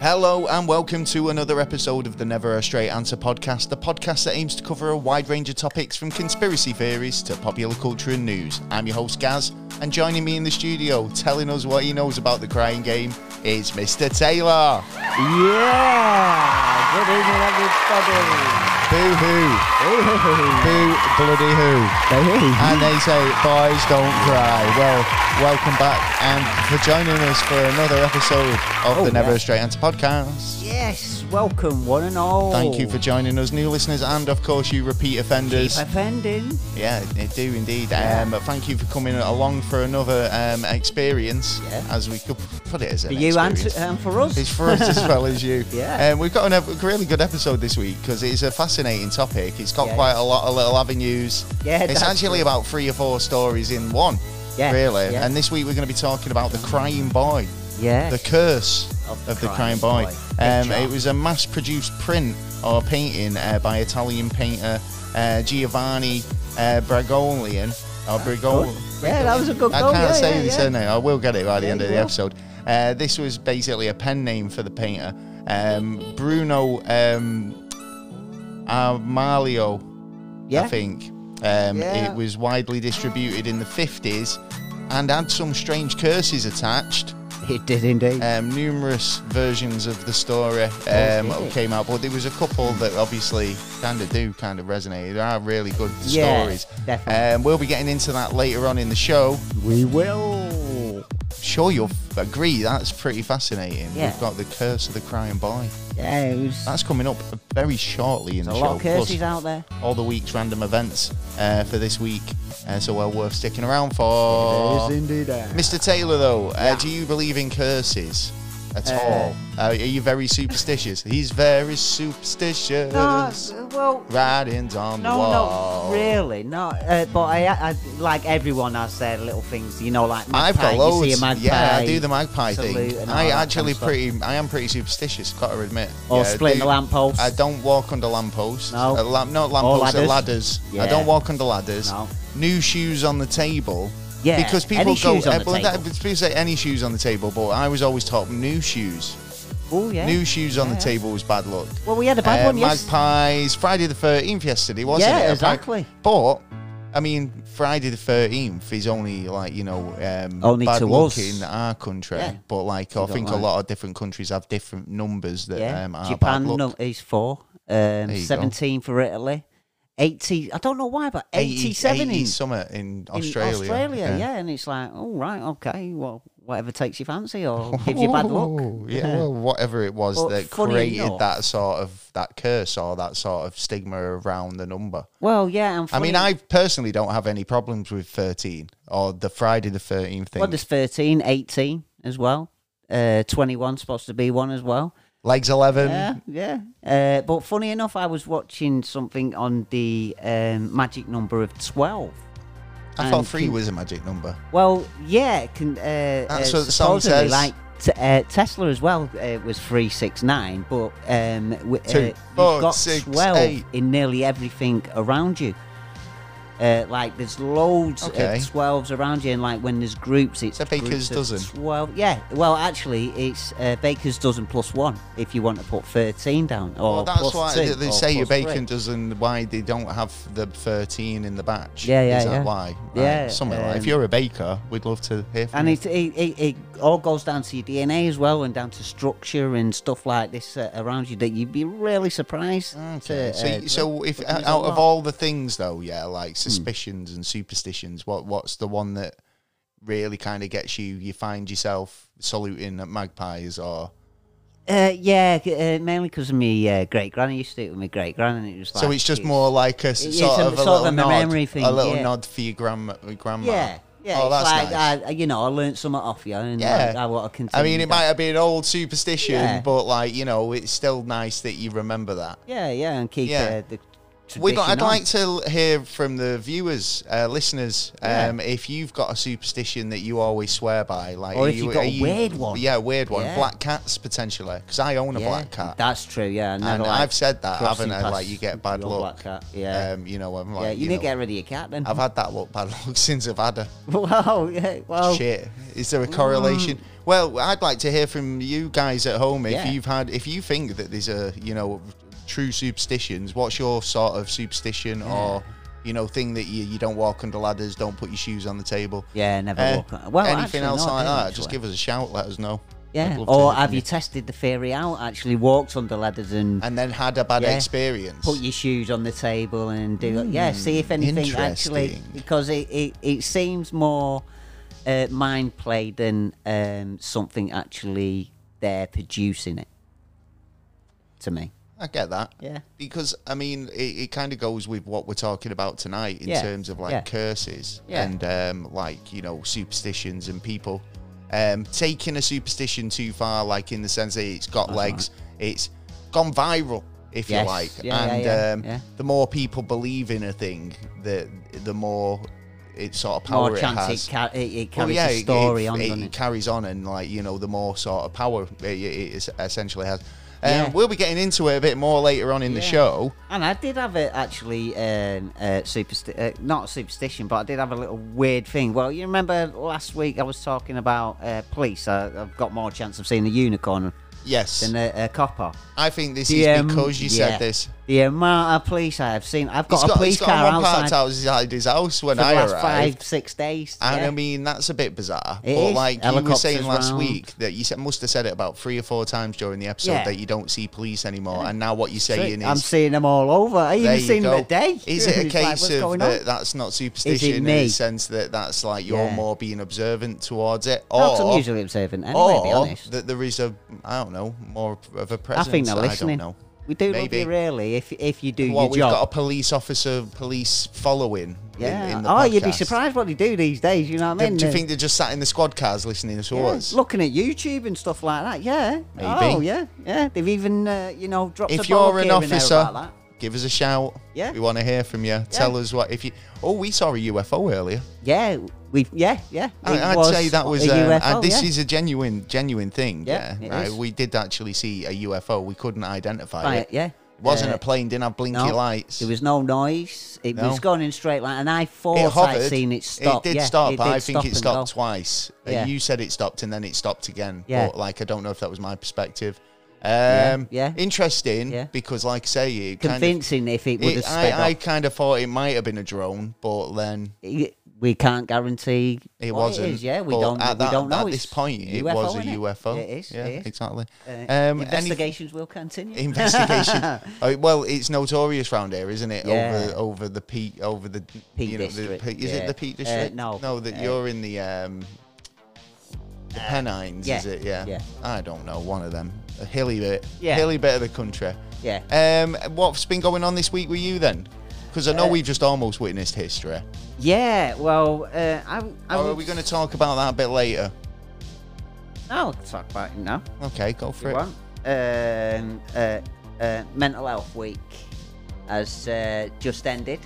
Hello and welcome to another episode of the Never a Straight Answer podcast, the podcast that aims to cover a wide range of topics from conspiracy theories to popular culture and news. I'm your host Gaz, and joining me in the studio, telling us what he knows about the crying game, is Mr. Taylor. Yeah! Good evening, everybody. Boo hoo, Ooh. boo bloody hoo. Hey. And they say, boys don't cry. Well, welcome back and for joining us for another episode of Oh, the Never yeah. a Straight Answer podcast. Yes, welcome one and all. Thank you for joining us, new listeners, and of course, you repeat offenders. offending. Yeah, they do indeed. Yeah. Um, but thank you for coming along for another um, experience, Yeah. as we could put it as an For you and, uh, experience. and for us. It's for us as well as you. Yeah. Um, we've got an- a really good episode this week because it's a fascinating topic. It's got Yeah. quite a lot of little avenues. Yeah, It's that's actually true. about three or four stories in one, Yeah, really. yeah. And this week we're going to be talking about the crying boy, yeah. the curse Of the of the Crying Crying Boy. Boy. Big Um, job. it was a mass-produced print or painting uh, by Italian painter uh, Giovanni uh, Bragolian or Bragol. Yeah, that was a good I goal. can't Oh, yeah, say yeah, his yeah. surname. I will get it by the Yeah, end of you the will. episode. Uh, this was basically a pen name for the painter, um, Bruno um, Amalio. Yeah. I think. Um, Yeah. It was widely distributed in the 50s and had some strange curses attached It did indeed. um, numerous versions of the story Oh, did um, it? came out, but there was a couple that obviously kind of do kind of resonate. They are really good Yeah, stories. definitely. Um, we'll be getting into that later on in the show. we will. Sure, you'll f- agree that's pretty fascinating. Yeah. We've got the curse of the crying boy. Yeah, it was That's coming up very shortly in a the lot show. of plus curses out there. all the week's random events uh, for this week, uh, so well worth sticking around for. indeed. Mr. Taylor, though, uh, do you believe in curses at Uh, all? Uh, are you very superstitious? He's very superstitious. No, uh, well, Writings on the No, wall. not really. No, uh, but I, I, like everyone has their little things. You know, like magpie, I've got loads. You see a magpie, yeah, I do the magpie salute thing. and all I that kind actually of stuff. pretty, I am pretty superstitious. Got to admit. or Yeah, I split do- the lamppost. I don't walk under lampposts. No. Uh, lamp- not lampposts, uh, ladders. ladders. I Yeah. don't walk under ladders. No. New shoes on the table. Yeah, Because people any go, shoes on the everyone- table. that- people say any shoes on the table, but I was always taught new shoes. Oh yeah. New shoes on Yeah, the yeah. table was bad luck. Well, we had a bad Uh, one. Yes. Magpies, Friday the 13th yesterday, wasn't Yeah, it? A exactly. pack- But, I mean, Friday the 13th is only like, you know, um, Only bad to luck us. in our country. Yeah. But, like, I You don't think a like. lot of different countries have different numbers that yeah. um, are Japan bad luck. no, is four. you Um, go. Seventeen for Italy. Eighty. I don't know why, but 80 eighty-seven 80 in, summer in in Australia. Australia, yeah. and it's like, oh right, okay, well, whatever takes your fancy or gives you bad luck. Ooh, Yeah, well, whatever it was Well, that funny created enough- that sort of that curse or that sort of stigma around the number. Well, yeah, and I mean, funny- I personally don't have any problems with 13 or the Friday the 13th thing. Well, there's 13, 18 as well. Uh, 21 's supposed to be one as well. Legs 11. Yeah, yeah. Uh, but funny enough, I was watching something on the um, magic number of 12. I thought and 3 can- was a magic number. Well, yeah, can, uh, uh, That's what the song supposedly, says. Like t- uh, Tesla as well uh, was 369, but um, w- Two, uh, four, you've got six, 12 eight. in nearly everything around you. Uh, like there's loads Okay. of 12s around you, and like when there's groups, it's So Baker's groups of dozen. 12. Yeah, well, actually, it's uh, baker's dozen plus one if you want to put 13 down. Or well, that's plus why two, they- they or say your plus three. bacon doesn't, why they don't have the 13 in the batch. Yeah, yeah, Is that yeah. why? Right, Yeah, Something like If um, you're a baker, we'd love to hear from And you. it, it, it, it all goes down to your DNA as well, and down to structure and stuff like this uh, around you that you'd be really surprised. Okay. To, so, uh, so if but out there's a of lot. Hmm. all the things though, yeah, like suspicions and superstitions, what what's the one that really kind of gets you? You find yourself saluting at magpies or uh, yeah, c- uh, mainly because of my uh, great granny used to do it with my great gran, and it was like so it's just it's- more like a s- it's sort a- of a sort little of a nod, memory thing, a little yeah. nod for your grandma, grandma. Yeah, yeah. Oh, it's that's like nice. I, you know, I learned something off you, and Yeah. like, I want to continue. I mean, it that. might have been old superstition, Yeah. but like you know, it's still nice that you remember that. Yeah, yeah, and keep Yeah. Uh, the. We got. tradition I'd on. like to hear from the viewers, uh, listeners, Yeah. um, if you've got a superstition that you always swear by, like, Or are if you've you- got are a you- weird one. Yeah, a weird one. Yeah. Black cats potentially, because I own a Yeah, black cat, That's true. Yeah, I never and liked I've said that, haven't crossing I? past Like, you get bad your luck. Black cat. Yeah, Um, you know, I'm like, yeah. You, you need know, to get rid of your cat then. I've had that look bad luck since I've had her. Well, yeah, well, Shit, is there a correlation? Well, I'd like to hear from you guys at home if Mm. Yeah. you've had, if you think that there's a, you know, true superstitions. What's your sort of superstition or, you know, thing that you, you don't walk under ladders, don't put your shoes on the table? Yeah, never Uh, walk. Well, anything actually, else no, I like do, that? Just actually. give us a shout. Let us know. I'd Yeah. love to Or hear have from you tested the theory out? Actually, walked under ladders and And then had a bad Yeah. experience. put your shoes on the table and do yeah see if anything actually Hmm, interesting. because it, it, it seems more uh, mind play than um, something actually they're producing it to me I get that. Yeah. Because I mean, it, it kind of goes with what we're talking about tonight in Yeah, terms of like yeah. curses Yeah. and um, like you know superstitions and people um, taking a superstition too far, like in the sense that it's got legs, it's gone viral, if you Yes, like, yeah, yeah, and yeah, um, yeah. the more people believe in a thing, the the more it sort of power more Oh, it chance has. it, ca- it, it Well, carries yeah, the it- story it, on it doesn't it? carries on, and like you know, the more sort of power it, it- it is- essentially has. Um, Yeah. We'll be getting into it a bit more later on in the Yeah. show. and I did have a actually um, uh, supersti- uh, not a superstition but I did have a little weird thing well you remember last week I was talking about uh, police I, I've got more chance of seeing a unicorn Yes, than a, a copper I think this The, is um, because you yeah. said this. The amount of police I have seen. I've got He's a police he's car got one parked outside for outside his house when the I last arrived. five, six days. And yeah. I mean, that's a bit bizarre. It but is. like you were Helicopters saying last round. week, that you said, must have said it about three or four times during the episode Yeah. that you don't see police anymore. And now what you're So saying I'm is. seeing them all over. I There even you seen go. them today. Is it a It's like, case what's of going that on? that's not superstition in me? the sense that that's like you're Yeah. more being observant towards it, Not or unusually observant, anyway, to be or honest. that there is a I don't know more of a I presence. think they're that listening. I don't know. We do love Maybe. you, really, if, if you do Well, your we've job. got a police officer, police following. in- yeah. In, the oh, you'd be podcast. surprised what they do these days, you know what I Do, mean? do you They're- think they're just sat in the squad cars listening to yeah, us? Looking at YouTube and stuff like that, yeah. Maybe. Oh, yeah, yeah. They've even, uh, you know, dropped a if blog you're an here and there officer, about that. give us a shout. Yeah. We want to hear from you. Tell us what if you. Oh, we saw a UFO earlier. Yeah, we. Yeah, yeah. it I, I'd was say that was. a um, UFO, and this yeah. is a genuine, genuine thing. Yeah, Yeah. it right? is. We did actually see a UFO. We couldn't identify Right, it. yeah. It wasn't Uh, a plane. Didn't have blinky no, lights. There was no noise. It No. was going in straight line, and I thought it hovered. I'd seen it stop. It did yeah, stop. It did I think stop it and stopped go. twice. Uh, Yeah. You said it stopped and then it stopped again. Yeah. But like, I don't know if that was my perspective. Um, yeah. Interesting. Yeah. Because, like I say, it kind of, Convincing if it would it- have sped I, I up. kind of thought it might have been a drone, but then It- we can't guarantee it what wasn't. It is, yeah, we But don't. At we that, don't know. At It's this point, it UFO, was a innit? UFO. It is. Yeah, it is. exactly. Um, Uh, any- investigations will continue. investigation. Oh, well, it's notorious round here, isn't it? Yeah. Over over the Pete, over the Peak you know, District, The, Pe- is yeah. it the Peak Uh, District? no, no, that uh, you're in the um, the Pennines, yeah, is it? Yeah. yeah. I don't know. One of them, a hilly bit, Yeah. hilly bit of the country. yeah. Um, what's been going on this week with you then? Because I know Uh, we've just almost witnessed history. Yeah. Well, uh, I. I Or Oh, are would- we going to talk about that a bit later? No, I'll talk about it now. Okay, go for you it. want. Um, uh, uh, Mental Health Week has uh, just ended.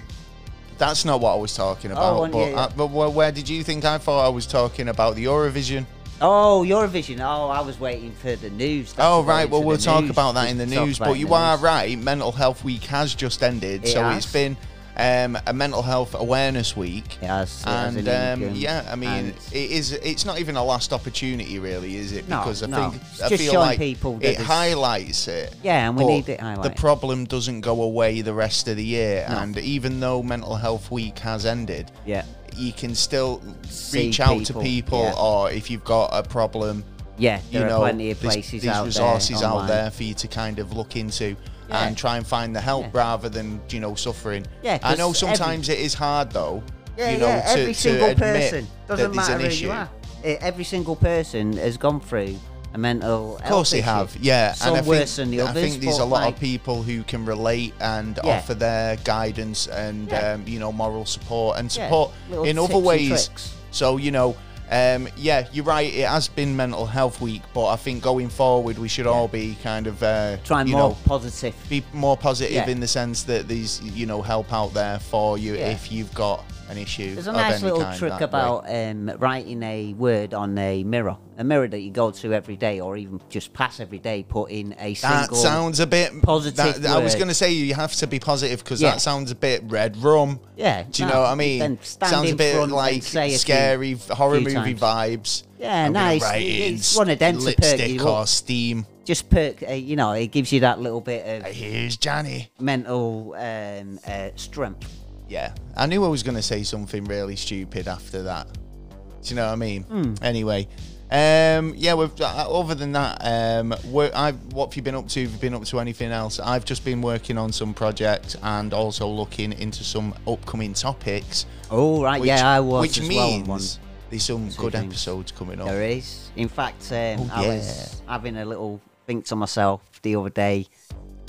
That's not what I was talking about. and but Oh, yeah, yeah. uh, but where, where did you think I thought I was talking about the Eurovision? Oh, Eurovision. Oh, I was waiting for the news. That's Oh going right, to well the we'll talk news. about that in the We can talk news. about But it you in the are news. right, Mental Health Week has just ended, It so has. it's been um, a Mental Health Awareness Week. It has, it has And an um, income, yeah, I mean, and- it is. It's not even a last opportunity, really, is it? No, Because I no. think It's I just feel showing like people that it there's- highlights it. Yeah, and we but need it The highlighted. problem doesn't go away the rest of the year, No. and even though Mental Health Week has ended, yeah, you can still See reach out people, to people, yeah. or if you've got a problem, yeah. you There are know, plenty of there's- places these out there resources out online. there for you to kind of look into Yeah. and try and find the help Yeah. rather than you know suffering. Yeah, I 'cause know every- sometimes it is hard though. Yeah, you know, yeah. to, every to single admit person that doesn't there's matter an who issue. you are. Eh, Every single person has gone through a mental. Of course, they have. Yeah, Some and I think, worse than the I others, think there's a but, lot like- of people who can relate and Yeah. offer their guidance and Yeah. um, you know moral support and Yeah, support little in tips other and ways. tricks. So you know, um, yeah, you're right. It has been Mental Health Week, but I think going forward we should all be kind of uh, Try you more know, positive. be more positive Yeah. in the sense that there's you know help out there for you Yeah. if you've got an issue. There's a of nice any little kind trick that way. about um, writing a word on a mirror, a mirror that you go to every day, or even just pass every day. Put in a That single. sounds a bit positive that- I was word. going to say you have to be positive because Yeah. that sounds a bit red rum. Yeah, Do you no, know what I then mean? stand Sounds a in bit front and like say a few- scary horror few movie times. vibes. Yeah, I'm gonna nice. write You- in it's one of them to perk lipstick you up. or steam. Just perk, uh, you know, it gives you that little bit of Here's Johnny. mental um, uh, strength. Yeah, I knew I was going to say something really stupid after that. Do you know what I mean? Hmm. Anyway, um, yeah. We've, uh, other than that, um, wor- I've, what have you been up to? Have you been up to anything else? I've just been working on some projects and also looking into some upcoming topics. Oh right, Which, yeah, I was Which as means well on one. there's some good things. episodes coming up. There is. In fact, Oh, um, I was having a little think to myself the other day,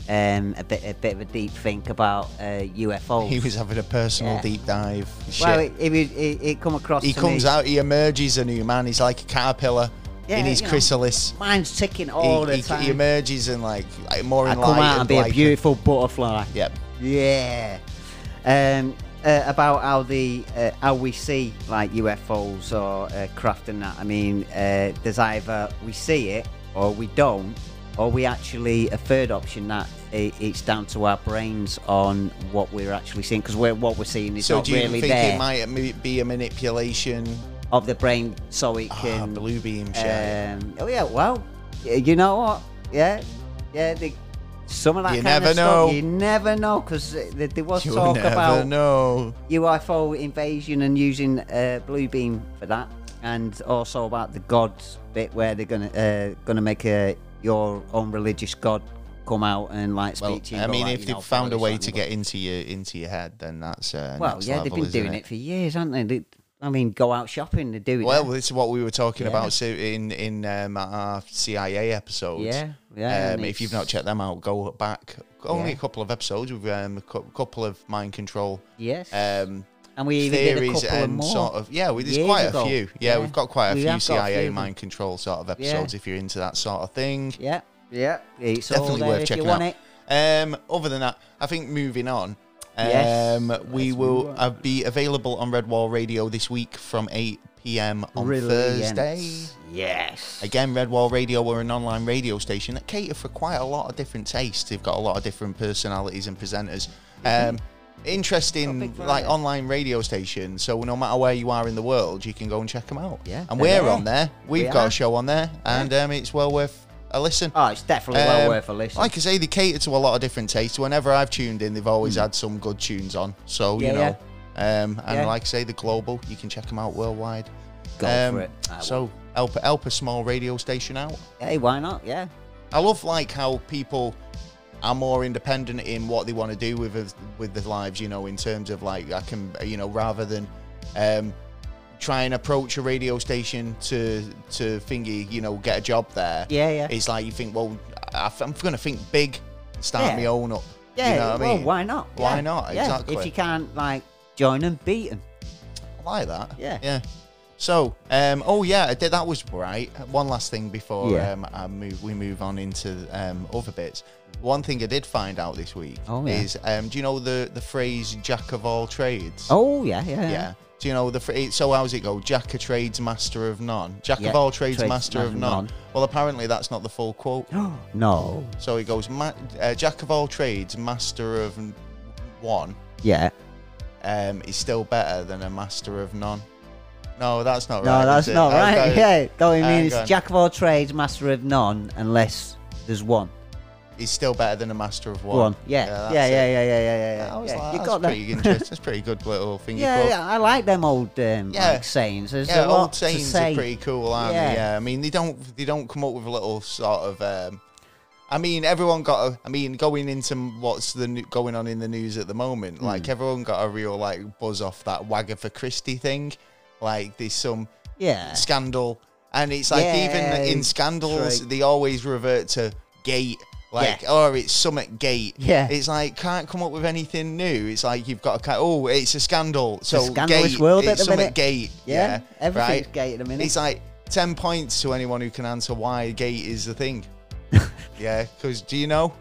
um, a bit, a bit of a deep think about uh, UFOs. He was having a personal Yeah. deep dive. Shit. well, it, it, was- it, it come across. he to comes me, out, he emerges a new man. He's like a caterpillar Yeah, in his you know. chrysalis. Mine's ticking He- all he, the time. he emerges and like, like more I enlightened. come out and be like a beautiful butterfly. Yep. Yeah. Um, uh, about how the uh, how we see like UFOs or uh, craft and that. I mean, uh, there's either we see it or we don't, or we actually a third option that i it's down to our brains on what we're actually seeing because we're what we're seeing is So not do you really think there it might mi- be a manipulation? of the brain, so it Ah, can. blue beam shit. um, oh yeah. Well, y- you know what? Yeah, yeah. They, some of that You kind never of stuff, know. you never know uh, because there there was you talk never about know. UFO invasion and using uh, blue beam for that, and also about the gods bit where they're gonna uh, gonna make a, your own religious god come out and like speak Well, to you. I and go, mean, like, if you they've know, found a follow way this to animal. get into your into your head, then that's uh, well, next yeah, level, they've been isn't doing it? it? for years, haven't they? they? I mean, go out shopping, they're doing Well, it. this is what we were talking Yeah. about so in in um, our CIA episodes. Yeah, yeah, Um, and if you've it's- not checked them out, go back only Yeah. a couple of episodes with um, a cou- couple of mind control Yes, um, and we even did a theories couple of and more. sort of yeah. We, there's years quite ago. a few. Yeah, Yeah. we've got quite a We few have got CIA a few of them. mind control sort of episodes if you're into that sort of thing. Yeah, yeah, it's all Definitely there worth if checking you want out. it. Um, other than that, I think moving on. Yes. Um, we Let's will move uh, be available on Redwall Radio this week from 8 p.m. on Brilliant. Thursday. Yes. Again, Redwall Radio are an online radio station that cater for quite a lot of different tastes. They've got a lot of different personalities and presenters. Um, Got a interesting, big like variety. online radio station. So no matter where you are in the world, you can go and check them out. Yeah, and they're we're there. on there. We've We got are. a show on there, and um, it's well worth a listen. Oh, it's definitely well Um, worth a listen. Like I say, they cater to a lot of different tastes. Whenever I've tuned in, they've always had some good tunes on. So Hmm. Yeah, you know, um, and Yeah. like I say, the global, you can check them out worldwide. Go Um, for it. I will. so help help a small radio station out. hey, why not? Yeah. I love like how people are more independent in what they want to do with with their lives. You know, in terms of like I can, you know, rather than um, try and approach a radio station to to thingy, you know, get a job there. Yeah, yeah. It's like you think, well, I, I'm going to think big, start Yeah. my own up. Yeah, you know what well, I mean? why not? Why Yeah, not? Yeah. Exactly. If you can't, like, join and beat them. I like that. Yeah. Yeah. So, um, oh yeah, I did- that was right. One last thing before Yeah. um, I move, we move on into um, other bits. One thing I did find out this week Oh, yeah. is, um, do you know the the phrase "jack of all trades"? Oh, yeah, yeah. yeah. Do you know the phrase? So how's it go? Jack of trades, master of none. Jack Yeah, of all trades, trades, master of master of none. none. Well, apparently that's not the full quote. no. So it goes, ma- uh, Jack of all trades, master of n- one Yeah. um, is still better than a master of none. No, that's not right. No, that's is it? not right. Okay. Yeah. No, I Hang mean, it's on. jack of all trades, master of none, unless there's one. It's still better than a master of one. One. Yeah. that's Yeah, yeah, it. yeah, yeah, yeah, yeah, yeah. I was yeah. like, you that's got that. pretty interesting. That's pretty good little thing you Yeah, put. yeah, I like them old um, Yeah. like sayings. There's Yeah, a lot old sayings to say. are pretty cool, aren't Yeah. they? Yeah, I mean they don't they don't come up with a little sort of. Um, I mean, everyone got. A, I mean, going into what's the new, going on in the news at the moment, Hmm. like everyone got a real like buzz off that Wagga Christie thing. Like there's some Yeah. scandal, and it's like Yeah, even in scandals true. they always revert to gate. Like, Yeah. or it's Summit Gate. Yeah. It's like, can't come up with anything new. It's like, you've got a, ca- oh, it's a scandal. So, scandalous gate, world at it's the Summit minute. Gate. Yeah, Yeah. everything's right? gate at the minute. It's like 10 points to anyone who can answer why gate is the thing. yeah. Because do you know?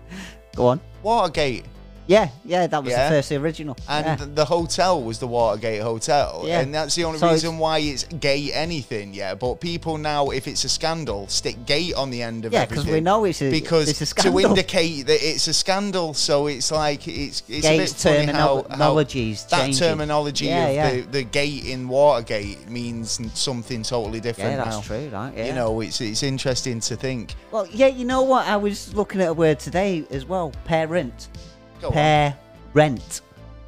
Go on. Watergate. Yeah, yeah, that was Yeah. the first original. And yeah. th- the hotel was the Watergate Hotel. Yeah. And that's the only So it's- reason why it's gay anything, yeah. But people now, if it's a scandal, stick gay on the end of Yeah, 'cause everything. we know it's a- Because it's a to scandal. indicate that it's a scandal, so it's like, it's, it's a bit Gate's funny how, how terminology's that changing. terminology Yeah, of yeah. The, the gate in Watergate means n- something totally different yeah, that's now. true, right? Yeah. You know, it's, it's interesting to think. Well, yeah, you know what? I was looking at a word today as well. Parent. Go on. Parent.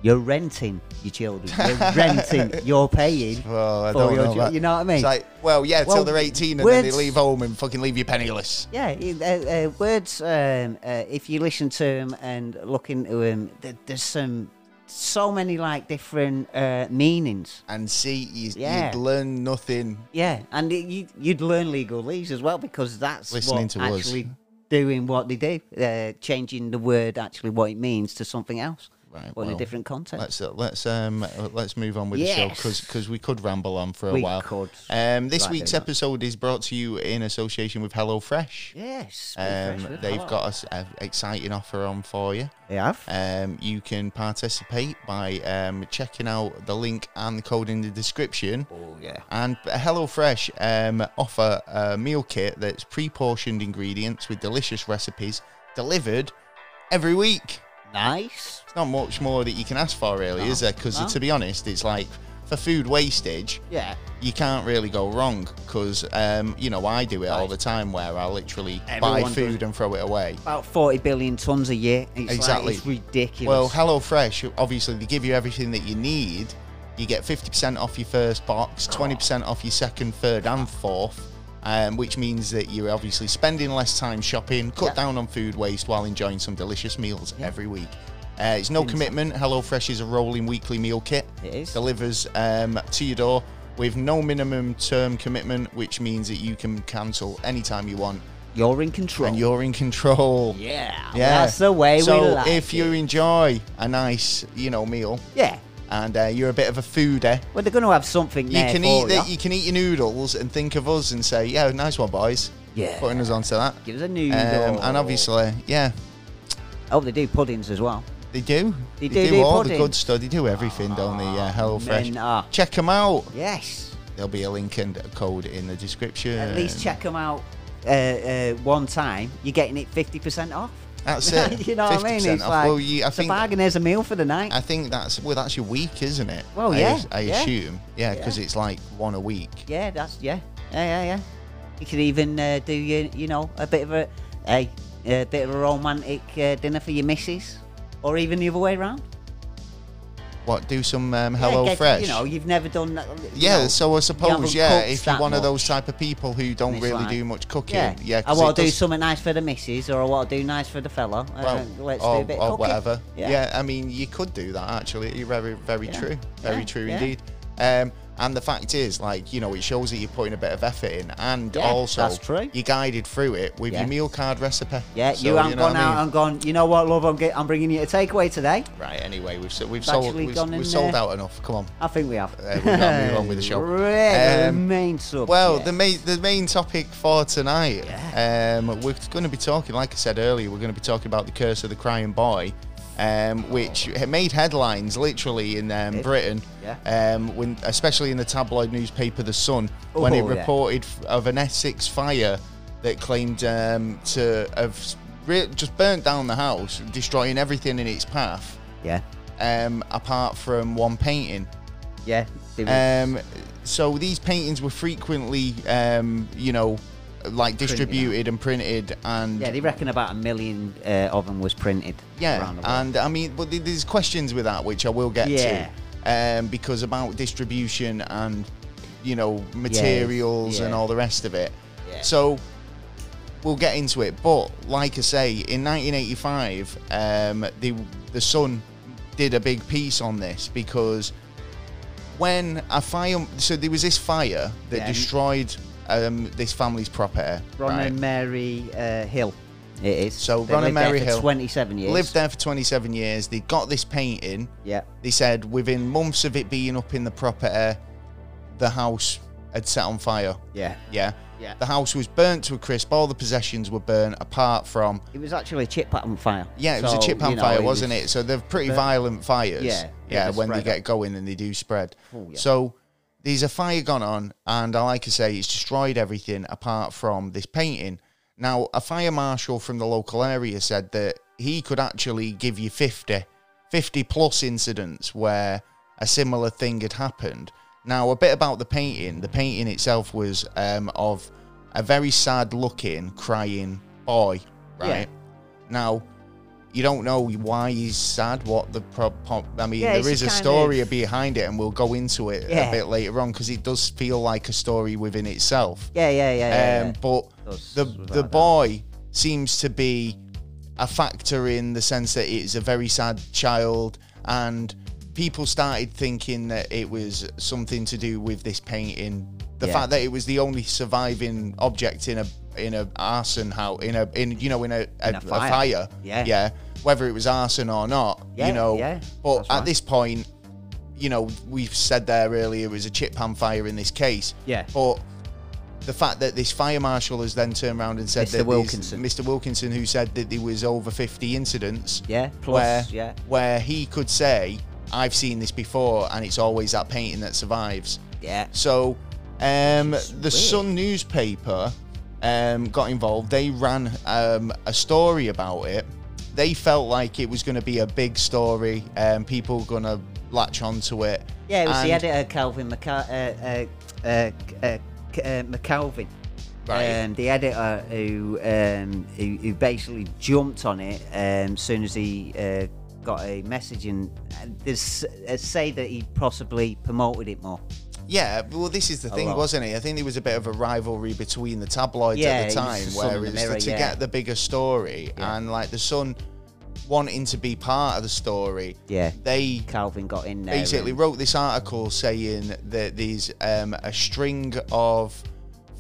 You're renting your children. You're renting. You're paying. Well, I for don't your know chi- that. You know what I mean? It's like, well, yeah, till Well, they're 18 and then words- they leave home and fucking leave you penniless. Yeah, i- uh, uh, words. Um, uh, if you listen to them and look into them, there's some so many like different uh, meanings. and see you, Yeah. you'd learn nothing. Yeah, and it, you, you'd learn legalese as well because that's Listening what to us. actually doing what they do, uh, changing the word actually what it means to something else, Right, or in well, a different context. Let's uh, let's um uh, let's move on with the Yes. show because we could ramble on for a We while. could. Um, this Right, week's very much. episode is brought to you in association with HelloFresh. Yes, very Um, fresh. Oh. they've got an exciting offer on for you. They have. Um, you can participate by um, checking out the link and the code in the description. oh yeah. And HelloFresh um, offer a meal kit that's pre-portioned ingredients with delicious recipes delivered every week. Nice. It's not much more that you can ask for, really, No, is there? Because no. to be honest, it's like for food wastage, Yeah. you can't really go wrong. Because um, you know, I do it all Right. the time, where I literally buy Everyone food does. and throw it away. About 40 billion tons a year. It's Exactly. Like, it's ridiculous. Well, HelloFresh, obviously, they give you everything that you need. You get 50% off your first box, 20% off your second, third, and fourth, um, which means that you're obviously spending less time shopping, cut Yeah. down on food waste while enjoying some delicious meals every week. Uh, it's no commitment. HelloFresh is a rolling weekly meal kit. It is. Delivers um, to your door with no minimum term commitment, which means that you can cancel anytime you want you're in control. and you're in control. yeah. Oh, Yeah, That's the way so we like if you it. enjoy a nice, you know, meal, Yeah. and uh, you're a bit of a foodie, Well, they're going to have something you there can for eat the, ya. you can eat your noodles and think of us and say, yeah, nice one, boys. Yeah. putting us onto that. Give us a noodle. Um, and obviously, yeah, Oh, they do puddings as well. they do. They do do all the pudding. Ah, good stuff. They do everything, don't they? Yeah, men HelloFresh. are- Check them out. Yes. There'll be a link and a code in the description. At least check them out uh, uh, one time. You're getting it 50% off. That's it. you know what I mean? 50% It's off. like well, you, I it's a think bargain. There's a meal for the night. I think that's well, that's your week, isn't it? Well, I yeah, as- I, yeah. assume, yeah, because Yeah. it's like one a week. yeah, that's yeah, yeah, yeah, yeah. You could even uh, do you you know a bit of a a, a bit of a romantic uh, dinner for your missus, or even the other way around. What do some um, Yeah, Hello get- Fresh? You know, you've never done that. you yeah, know, so I suppose haven't yeah, cooked if you're that one of those much. type of people who don't it's really like- do much cooking, Yeah, yeah, I 'cause want to it do does- something nice for the missus, or I want to do nice for the fella. well, uh, let's or, do a bit of or cooking. whatever. Yeah. I mean, you could do that actually. You're very, very Yeah. true, very Yeah, true yeah. indeed. Um, and the fact is, like you know, it shows that you're putting a bit of effort in, and Yeah, also that's true. you're guided through it with Yeah. your meal card recipe. Yeah, So, you haven't know what gone I mean? out and gone, you know what, love, I'm, get, I'm bringing you a takeaway today. Right. Anyway, we've so- we've It's sold actually we've, gone in we've sold there. out enough. Come on. I think we have. Uh, we've gotta move on with the show. Really Um, main sub. Well, Oh, yeah. the main the main topic for tonight, um, we're going to be talking. Like I said earlier, we're going to be talking about the curse of the crying boy, um, which ha- made headlines literally in um, Oh. Did? Britain, Yeah. um, when especially in the tabloid newspaper The Sun, when Oh, it yeah. reported f- of an Essex fire that claimed um, to have s- re- just burnt down the house, destroying everything in its path, yeah, um, apart from one painting. yeah. they were- Um, so these paintings were frequently, um, you know, like distributed and printed, and yeah, yeah, they reckon about a million uh, of them was printed. around the world. and I mean, but th- there's questions with that which I will get Yeah. to, um, because about distribution and you know materials and yeah. all the rest of it. Yeah. So we'll get into it, but like I say, in 1985, um, the the Sun did a big piece on this because when a fire, so there was this fire that Yeah. destroyed um, this family's property. Ron right? and Mary uh, Hill. It is. So They Ron and lived there Mary for Hill 27 years. lived there for 27 years. They got this painting. Yeah. They said within months of it being up in the property, the house had set on fire. Yeah. Yeah. Yeah. The house was burnt to a crisp. All the possessions were burnt, apart from It was actually a chip pattern fire. yeah, it was So, a chip pan you know, fire, it wasn't was- it? So they're pretty But- violent fires. Yeah, yeah. yeah, they when they spread get going and they do spread. Oh, yeah. So there's a fire gone on, and I like I say, it's destroyed everything apart from this painting. Now, a fire marshal from the local area said that he could actually give you 50, 50 plus incidents where a similar thing had happened. Now, a bit about the painting. The painting itself was um, of a very sad looking, crying boy, Yeah. right? Now, you don't know why he's sad. What the pro- po- I mean, Yeah, there it's is a kind story of- behind it, and we'll go into it a Yeah. bit later on because it does feel like a story within itself. Yeah, yeah, yeah, yeah. um, yeah. But Does, the without the a doubt. boy seems to be a factor in the sense that it is a very sad child, and people started thinking that it was something to do with this painting. The Yeah. fact that it was the only surviving object in a in a arson house in a in you know in a, a, In a a fire. fire. Yeah. yeah. Whether it was arson or not, Yeah, you know. yeah, But that's at right. this point, you know, we've said there earlier it was a chip pan fire in this case. Yeah. But the fact that this fire marshal has then turned around and said Mr. that these- Wilkinson. Mr. Wilkinson, who said that there was over 50 incidents. Yeah, plus, where, yeah. Where he could say, I've seen this before, and it's always that painting that survives. yeah. So, um, the It's weird. Sun newspaper um, got involved. They ran um, a story about it. They felt like it was going to be a big story. Um, people going to latch onto it. Yeah, it was And- the editor Calvin McCa- uh, uh, uh, uh, C- uh, McCalvin. Right. Um, the editor who, um, who who basically jumped on it um, as soon as he uh, got a message and and this, uh, say that he possibly promoted it more. Yeah, well, this is the thing, lot. wasn't it? I think there was a bit of a rivalry between the tabloids Yeah, at it the was time, the Sun where and the it's Mirror, to yeah. get the bigger story Yeah. and like the Sun wanting to be part of the story. Yeah. They Calvin got in there. basically and- wrote this article saying that there's um, a string of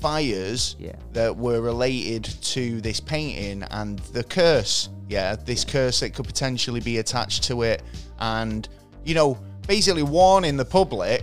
fires Yeah. that were related to this painting and the curse. Yeah, this curse that could potentially be attached to it, and you know, basically warning the public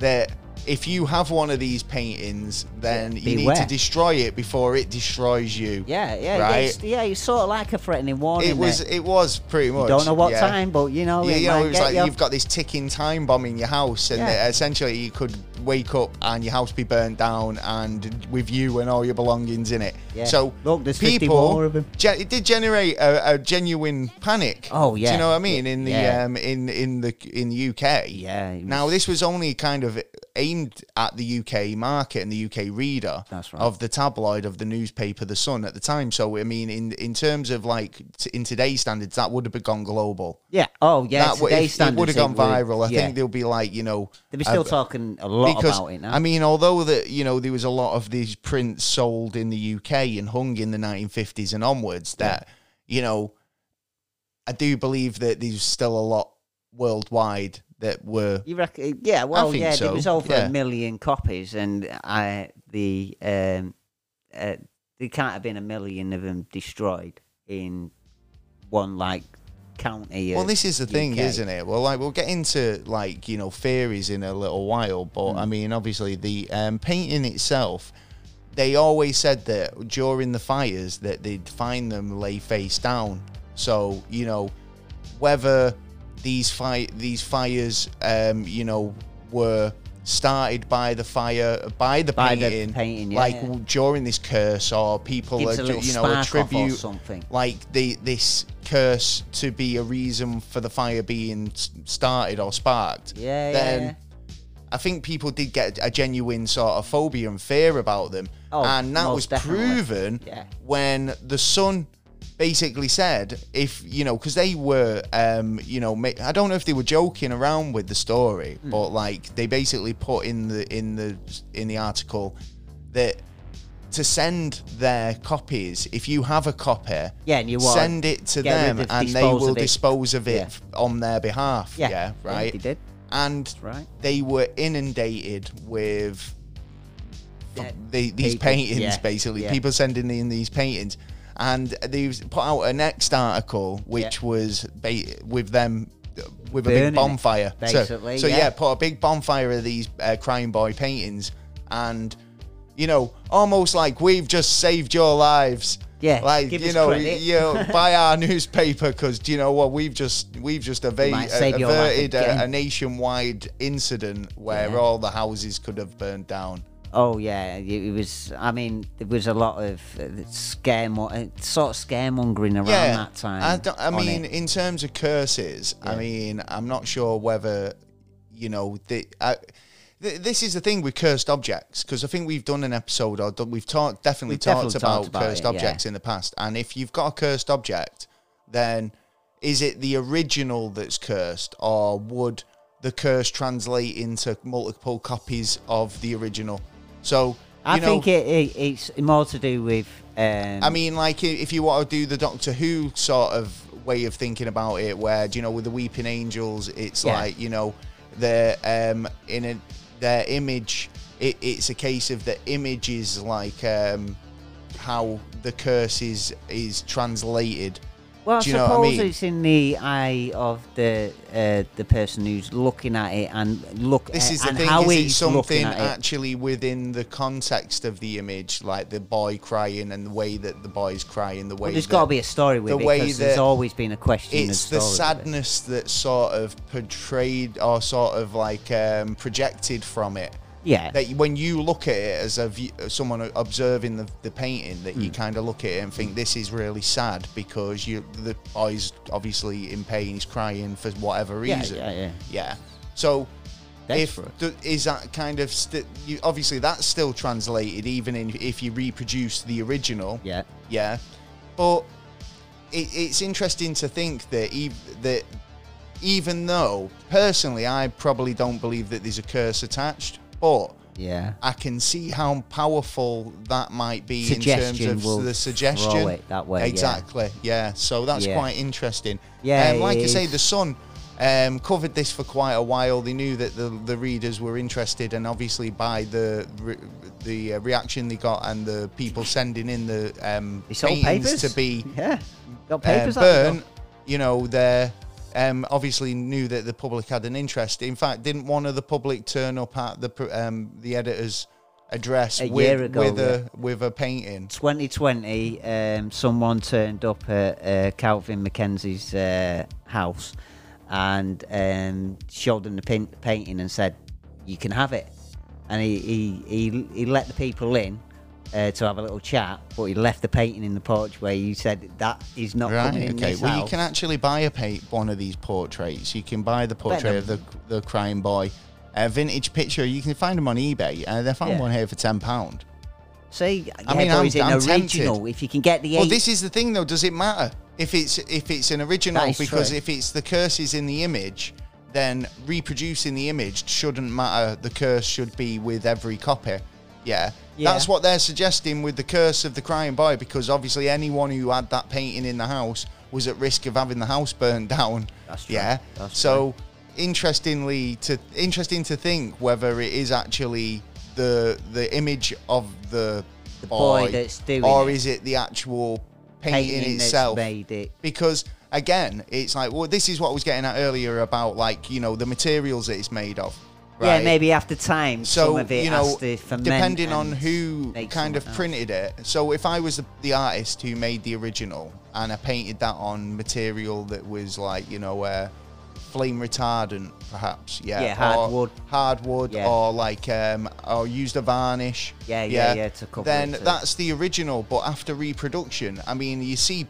that if you have one of these paintings, then Yeah, you need beware. to destroy it before it destroys you. yeah, yeah, Right. it's- yeah. He's sort of like a threatening warning. It was. there. It was pretty much. You don't know what yeah. time, but you know, Yeah, it you know, might it was get like you. you've got this ticking time bomb in your house, and Yeah. that essentially you could wake up and your house be burnt down, and with you and all your belongings in it. Yeah. So Look, there's 50 people, more of 'em. ge- it did generate a, a genuine panic. Oh, do yeah. you know what I mean? In the Yeah. um, in in the in the UK. Yeah, it Now was- this was only kind of aimed at the UK market and the UK reader That's right. of the tabloid of the newspaper The Sun at the time. So I mean, in in terms of like t- in today's standards, that would have become global yeah. Oh, yeah. that would, today's it would standards, have gone would- viral. I yeah. think they'll be like, you know, They'll be still uh, talking a lot about it now. I mean, although that you know there was a lot of these prints sold in the UK and hung in the 1950s and onwards, that you know, I do believe that there's still a lot worldwide that were You reckon? Yeah. Well, think yeah. so, There was over yeah. a million copies, and I the um, uh, there can't have been a million of them destroyed in one like county. Well, of this is the thing, UK. isn't it? Well, like we'll get into like you know theories in a little while, but Mm. I mean, obviously the um, painting itself. They always said that during the fires that they'd find them lay face down. So you know whether these fi- these fires, um, you know, were started by the fire by the By the painting, painting, yeah, like yeah. w- during this curse, or people Gives are a ju- little you know spark off or attribute something. like the this curse to be a reason for the fire being s- started or sparked, Yeah, yeah, then yeah. I think people did get a genuine sort of phobia and fear about them, Oh, and that most was definitely. proven Yeah. when the Sun basically said, if you know, because they were, um, you know, ma- I don't know if they were joking around with the story, Hmm. but like they basically put in the in the in the article that to send their copies, if you have a copy, Yeah, and you want- send it to get rid them, of- and they dispose will of it. dispose of it Yeah. f- on their behalf. Yeah. Yeah, right. They did. And right. they were inundated with Yeah. the, these People- paintings, yeah, basically. yeah. People sending in these paintings. And they was- put out a next article, which was ba- with them with a Burning big it, bonfire. So- basically, so, yeah. yeah. put a big bonfire of these uh, crying boy paintings, and you know, almost like we've just saved your lives. Yeah, like give you us know, credit. you know, buy our newspaper because do you know what? We've just we've just evade, might save your life averted a, again. a nationwide incident where Yeah. all the houses could have burned down. Oh yeah, it it was. I mean, there was a lot of uh, scaremo- uh, sort of scaremongering around that time. I, don't- I on mean, it. in terms of curses, I Yeah. mean, I'm not sure whether you know the. I, th- this is the thing with cursed objects because I think we've done an episode or done, we've talked definitely We've talked definitely about talked about cursed it, yeah. objects in the past. And if you've got a cursed object, then is it the original that's cursed, or would the curse translate into multiple copies of the original? So I you know, think it, it, it's more to do with. Um, I mean, like i- if you want to do the Doctor Who sort of way of thinking about it, where do you know with the Weeping Angels, it's Yeah. like you know the um in a, their image, it, it's a case of the image is like um how the curse is is translated. well, I do suppose you know what I mean? it's in the eye of the uh, the person who's looking at it and look. This uh, is the and thing: how is it he's something looking at it. actually within the context of the image, like the boy crying and the way that the boy's crying, the way Well, there's that- got to be a story the with it way because there's that always been a question. and it's the story with it. sadness that sort of portrayed or sort of like um, projected from it Yeah. that when you look at it as a view, as someone observing the, the painting that Hmm. you kind of look at it and think this is really sad because you the boy's obviously in pain he's crying for whatever Yeah, reason yeah, yeah. so Desperate. if th- is that kind of st- you, obviously that's still translated even in, if you reproduce the original yeah. yeah, but it, it's interesting to think that ev- that even though personally I probably don't believe that there's a curse attached, but Yeah. I can see how powerful that might be Suggestion in terms will of the suggestion. throw it that way, yeah. exactly. Yeah. So that's Yeah. quite interesting. Yeah, Um, like it you say, is. the Sun um, covered this for quite a while. They knew that the the readers were interested, and obviously by the re- the uh, reaction they got and the people sending in the um, They sold paintings papers to be Yeah. Got um, papers. out the door. burn, you know, they um, obviously knew that the public had an interest. In fact, didn't one of the public turn up at the pr- um, the editor's address A with year ago, with a with a painting? 2020, um, someone turned up at uh, Calvin Mackenzie's uh, house and um, showed him the pin- painting and said, "You can have it." And he he, he, he let the people in uh, to have a little chat, but he left the painting in the porch where he said that is not coming Right. in Okay. this Well, you house. can actually buy a pa- one of these portraits. You can buy the portrait of the the crying boy, a vintage picture. You can find them on eBay. Uh, I found Yeah. one here for ten pound. See, yeah, I mean, but I'm- it's an I'm tempted. original. If you can get the eight, Well, this is the thing, though. Does it matter if it's if it's an original? That is Because true. if it's the curses in the image, then reproducing the image shouldn't matter. The curse should be with every copy. Yeah. Yeah. that's what they're suggesting with the curse of the crying boy. Because obviously, anyone who had that painting in the house was at risk of having the house burned down. That's true. Yeah. That's so interestingly, to interesting to think whether it is actually the the image of the The boy that's doing or it. is it the actual painting, painting that's itself? made it. Because again, it's like well, this is what I was getting at earlier about like you know the materials that it's made of. Right? Yeah, maybe after time, some So of it you know, has to ferment depending on and who make kind of something else. printed it. So if I was the, the artist who made the original and I painted that on material that was like you know. Uh, flame retardant perhaps yeah, Yeah, hard or wood. hardwood Yeah. or like um or used a varnish Yeah, yeah, yeah, to cover then it, to- that's the original but after reproduction i mean you see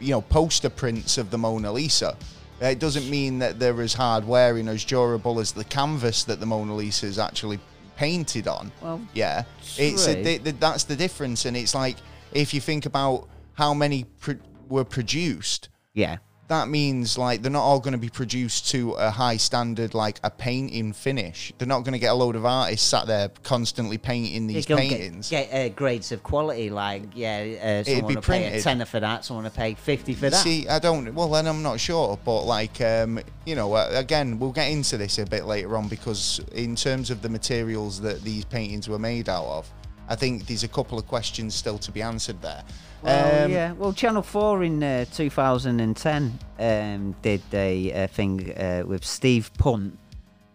you know poster prints of the mona lisa Uh, it doesn't mean that they're as hard wearing as durable as the canvas that the mona lisa is actually painted on Well, yeah it's a, true. th- th- that's the difference and it's like if you think about how many pr- were produced Yeah. that means like they're not all going to be produced to a high standard like a painting finish they're not going to get a load of artists sat there constantly painting these You can get- paintings Get, uh, grades of quality, like yeah, uh, be someone will pay a printed. tenner for that, someone will pay fifty for that. See, I don't. Well, then I'm not sure. But like, um, you know, uh, again, we'll get into this a bit later on because in terms of the materials that these paintings were made out of, I think there's a couple of questions still to be answered there. Well, Um, yeah. Well, Channel Four in uh, 2010 um, did a, uh thing uh, with Steve Punt,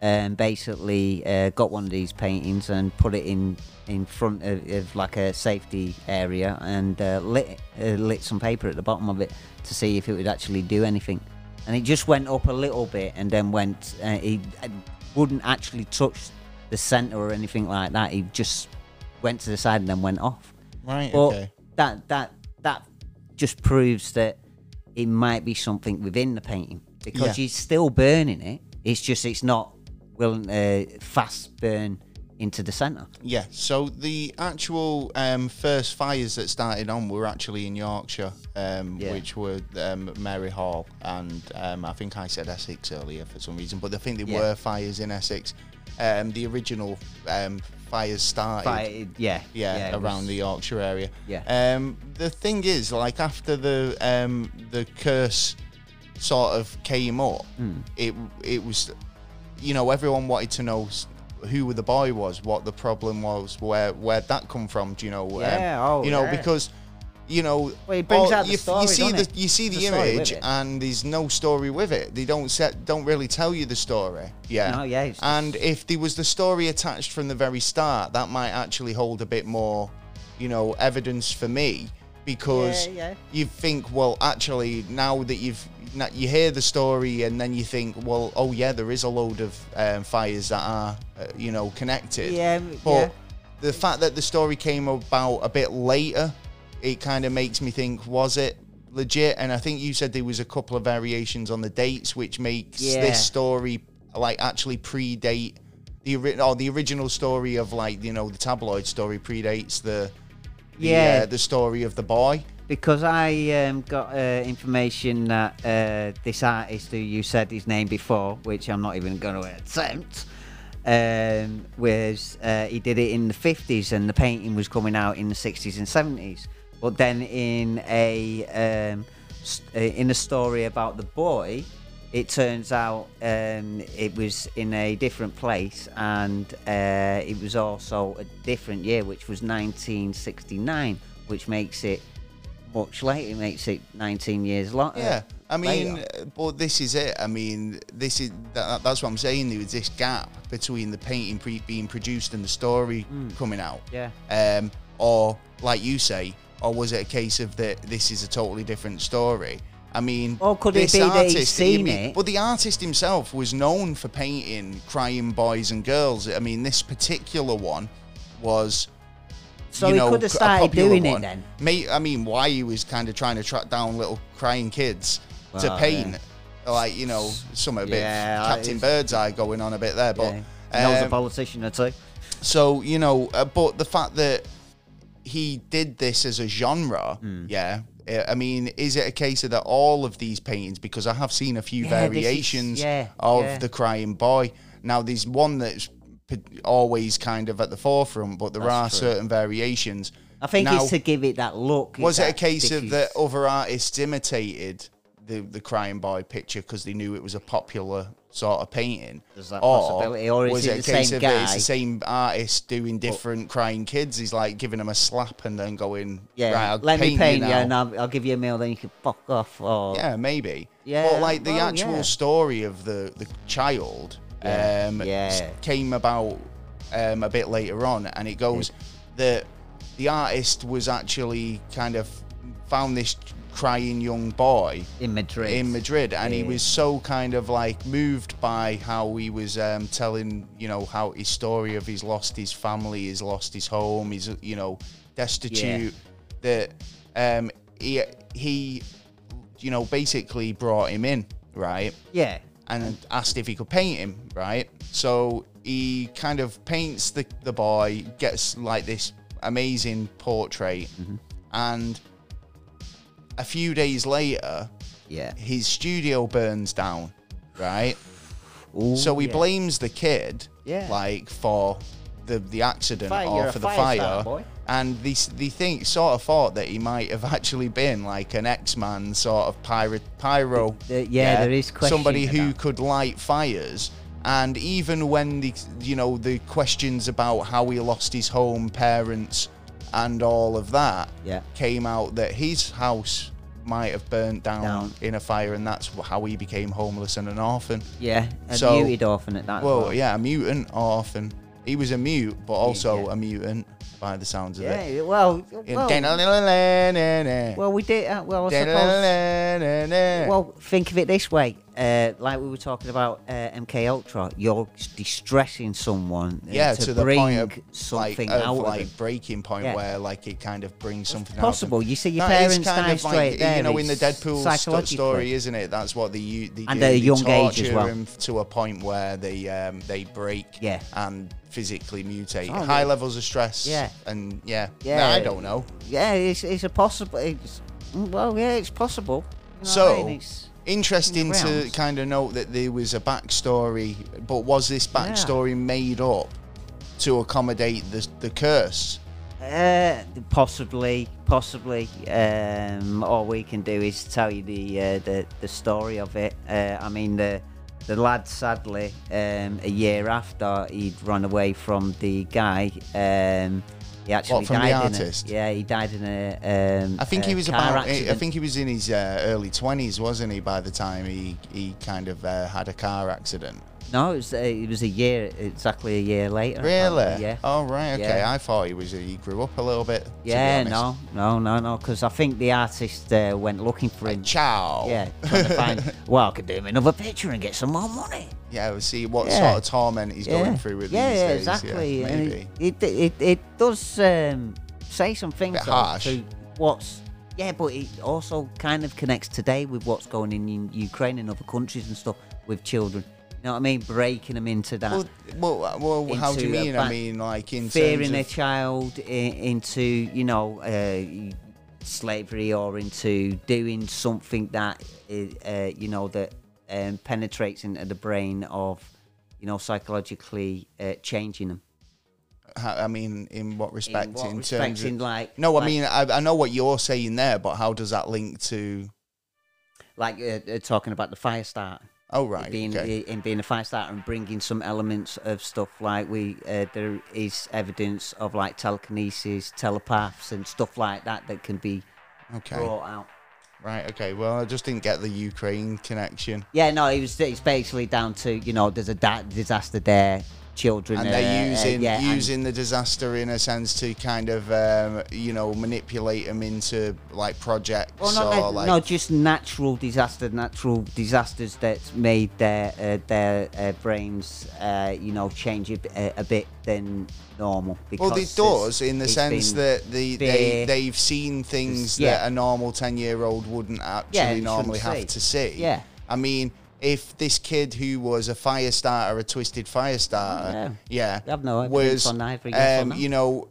um, basically uh, got one of these paintings and put it in in front of, of like a safety area and uh, lit uh, lit some paper at the bottom of it to see if it would actually do anything. And it just went up a little bit and then went. Uh, he uh, wouldn't actually touch the center or anything like that. He just went to the side and then went off. Right. But okay. that that that just proves that it might be something within the painting because Yeah. he's still burning it. It's just it's not willing to fast burn into the center. Yeah. So the actual um, first fires that started on were actually in Yorkshire, um, Yeah. which were um, Mary Hall and um, I think I said Essex earlier for some reason, but I think there Yeah. were fires in Essex. Um, the original um, fires started. But it, yeah, yeah, it around was- the Yorkshire area. Yeah. Um, the thing is, like after the um, the curse sort of came up, Hmm. it it was, you know, everyone wanted to know s- who the boy was, what the problem was, where where that come from. Do you know? um, Yeah, oh, you know yeah. because. You know, Well, it brings all- out the you, f- you story, see don't the it? you see the, The story with image, it. and there's no story with it. They don't set, don't really tell you the story. Yeah, No, yeah, it's- and if there was the story attached from the very start, that might actually hold a bit more, you know, evidence for me because Yeah, yeah. you think, well, actually, now that you've now you hear the story and then you think, well, oh yeah, there is a load of um, fires that are, uh, you know, connected. Yeah, m- but yeah. the fact that the story came about a bit later, it kind of makes me think, was it? legit and i think you said there was a couple of variations on the dates which makes Yeah. this story like actually predate the ori- or the original story of like you know the tabloid story predates the, the Yeah. uh, the story of the boy because I um, got uh, information that uh, this artist who you said his name before, which I'm not even going to attempt, um, was uh, he did it in the 50s and the painting was coming out in the 60s and 70s. But then in a um, s- uh, in a story about the boy, it turns out um, it was in a different place and uh, it was also a different year, which was 1969, which makes it much later. It makes it 19 years later. yeah i mean Uh, later. uh, but this is it i mean this is that, that's what i'm saying there was this gap between the painting pre- being produced and the story Mm. coming out Yeah. um, or like you say, or was it a case of that this is a totally different story? I mean, Or could it this be that he's artist- seen I mean, it? But the artist himself was known for painting crying boys and girls. I mean, this particular one was. so you he know, could have a started popular doing one. it then. Mate, I mean, why he was kind of trying to track down little crying kids to Well, paint, like you know, some a bit Yeah, Captain it's- Birdseye going on a bit there, but yeah. And I was a um, politician or two. so you know, uh, but the fact that he did this as a genre, Hmm. yeah. uh, I mean, is it a case of that all of these paintings? Because I have seen a few Yeah, this is- variations yeah, of yeah. the crying boy. Now, there's one that's p- always kind of at the forefront, but there are true. certain variations. I think now, it's to give it that look. was it a that case of Dickies- that oh, other artists imitated the the crying boy picture because they knew it was a popular sort of painting? There's that possibility, or is was it it a the case same of that it's guy? the same artist doing different crying kids? He's like giving them a slap and then going, Yeah, right, I'll let paint me paint you you, now." and I'll, I'll give you a meal, then you can fuck off. Or Yeah, maybe. Yeah, But like the well, actual yeah. story of the the child Yeah, um yeah. s- came about um a bit later on and it goes that the artist was actually kind of found this crying young boy in Madrid. in Madrid, and he Yeah. was so kind of like moved by how he was um, telling, you know, how his story of he's lost his family, he's lost his home, he's you know destitute. That um, he he, you know, basically brought him in, right? yeah, and asked if he could paint him, right? So he kind of paints the, the boy, gets like this amazing portrait, Mm-hmm. and a few days later, yeah. his studio burns down, right? Ooh, so he yeah. blames the kid, Yeah. like for the the accident Fire, you're or a for the fire fire. starter, boy. And they s- they think sort of thought that he might have actually been like an X-Man sort of pirate pyro. Th- yeah, there is question somebody to who that. could light fires. And even when the you know the questions about how he lost his home, parents, and all of that Yeah. came out that his house might have burnt down, Down. in a fire, and that's how he became homeless and an orphan. Yeah, a So- muted orphan at that. Well, point. yeah, a mutant orphan. He was a mute, but also yeah. a mutant by the sounds of it. yeah. Well, well, Well, well, we did. Uh, well, I suppose. Well, think of it this way: uh, like we were talking about uh, MK Ultra, you're s- distressing someone uh, yeah, to, to, the bring point of something like, of, out like of them. breaking point Yeah. where like it kind of brings something out. possible. of them. You see your That is parents kind die of like, straight there, you know, in the it's Deadpool st- psychologically. story, isn't it? That's what they u- they And do. at a They young age as torture well. them to a point where they um, they break Yeah. and physically mutate. Oh, High yeah. levels of stress. Yeah. and yeah, Yeah. I don't know. Yeah, it's it's a possible. It's, well, yeah, it's possible. You know So, what I mean? It's- interesting to grounds. kind of note that there was a backstory, but was this backstory made up to accommodate the, the curse? Uh, possibly, possibly. Um, all we can do is tell you the uh, the, the story of it. Uh, I mean, the the lad sadly, um, a year after he'd run away from the guy, um, he actually from the died. in artist? A, yeah, he died in a. Um, I think a he was car about. I- Accident. I think he was in his uh, early twenties, wasn't he? By the time he he kind of uh, had a car accident. No, it was, uh, it was a year exactly a year later. apparently, Really? Uh-huh, Yeah. Oh right. Okay. Yeah. I thought he was. He grew up a little bit. to be yeah. honest. No. No. No. No. Because I think the artist uh, went looking for him. Ciao. Yeah, trying to find. well, I could do him another picture and get some more money. Yeah. We'll see what Yeah. sort of torment he's yeah. going through with yeah, these yeah, days. exactly. Yeah, And maybe. It, it it it does um, say some things. Bit though, harsh. To what's yeah, but it also kind of connects today with what's going in in Ukraine and other countries and stuff with children. You know what I mean? Breaking them into that. Well, well, uh, well how do you into a mean? I back- mean, like in terms Fearing of a child i into, you know, uh, slavery or into doing something that, i- uh, you know, that um, penetrates into the brain of, you know, psychologically uh, changing them. How, I mean, in what respect? In, what terms respect? of, In like- no, I like- mean, I, I know what you're saying there, but how does that link to? Like uh, uh, talking about the fire starter. Oh right, being okay. in being a fire starter and bringing some elements of stuff like we uh, there is evidence of like telekinesis, telepaths, and stuff like that that can be okay, brought out. right, okay. Well, I just didn't get the Ukraine connection, Yeah, no, it was it's basically down to you know there's a da- disaster there, children, and uh, they're uh, using yeah, and- using the disaster in a sense to kind of um, you know manipulate them into like projects well, not or nat- like no, just natural disaster, natural disasters that's made their uh, their uh, brains, uh, you know, change a, b- uh, a- a bit than normal. Because Well, it it's- does in the it's sense been- that the, they fear. they've seen things Yeah. that a normal ten year old wouldn't actually Yeah, and normally have shouldn't to see. see. Yeah. I mean, if this kid who was a fire starter, a twisted fire starter, yeah, I have no evidence was on either yes or um, no. you know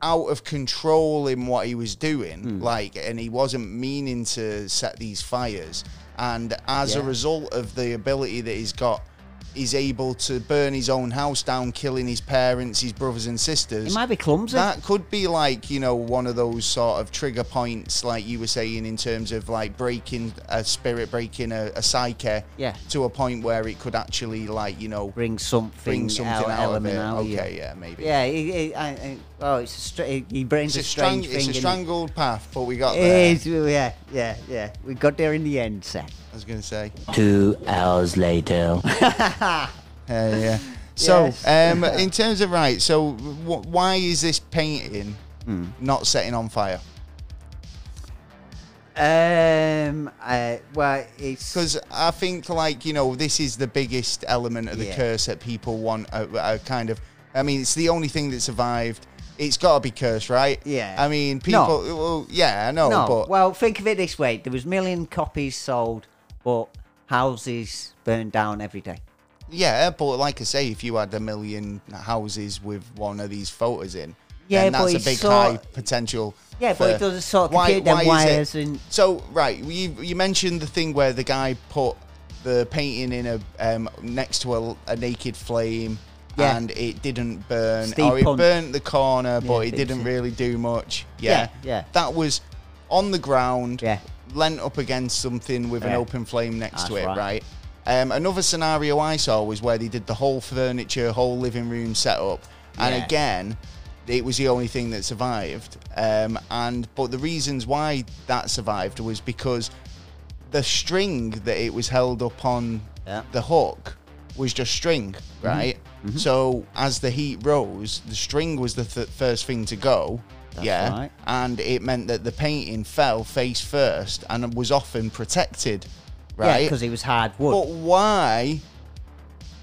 out of control in what he was doing, Hmm. like, and he wasn't meaning to set these fires, and as a Yeah. result of the ability that he's got. He's able to burn his own house down, killing his parents, his brothers and sisters. it might be clumsy. That could be like, you know, one of those sort of trigger points, like you were saying, in terms of like breaking a spirit, breaking a, a psyche Yeah. to a point where it could actually, like, you know, bring something, bring something out, out, of element it. out. yeah. okay, yeah, maybe. Yeah, it, it, I, I, oh, it's a stra- it- he It's brings a, a, strang- strange it's thing. a in it. strangled path, but we got there. It is, yeah, yeah, yeah. We got there in the end, sir. I was going to say. Two hours later. Yeah, Uh, yeah. So, Yes. um, in terms of, right, so wh- why is this painting Hmm. not setting on fire? um, uh, well, it's Because I think, like, you know, this is the biggest element of the Yeah. curse that people want a, a kind of. I mean, it's the only thing that survived. It's got to be cursed, right? Yeah. I mean, people. No. Well, yeah, I know, no. but. well, think of it this way: there was million copies sold, but houses burned down every day. yeah, but like I say, if you had a million houses with one of these photos in, Yeah, then but that's a it's big sort- high potential. Yeah, but it for- doesn't sort of compute them wires and- So, right, you, you mentioned the thing where the guy put the painting in a um, next to a, a naked flame. Yeah. And it didn't burn, Steve or it Punt. burnt the corner, but Yeah, it I think didn't so. really do much. Yeah. Yeah, yeah. That was on the ground, Yeah. lent up against something with an Yeah. open flame next to That's it, right. right? Um, another scenario I saw was where they did the whole furniture, whole living room setup, and Yeah. again, it was the only thing that survived. Um, and but the reasons why that survived was because the string that it was held up on Yeah. Mm-hmm. the hook was just string, right? So as the heat rose, the string was the th- first thing to go. yeah, right. and it meant that the painting fell face first and was often protected, right? because it was hard wood. But why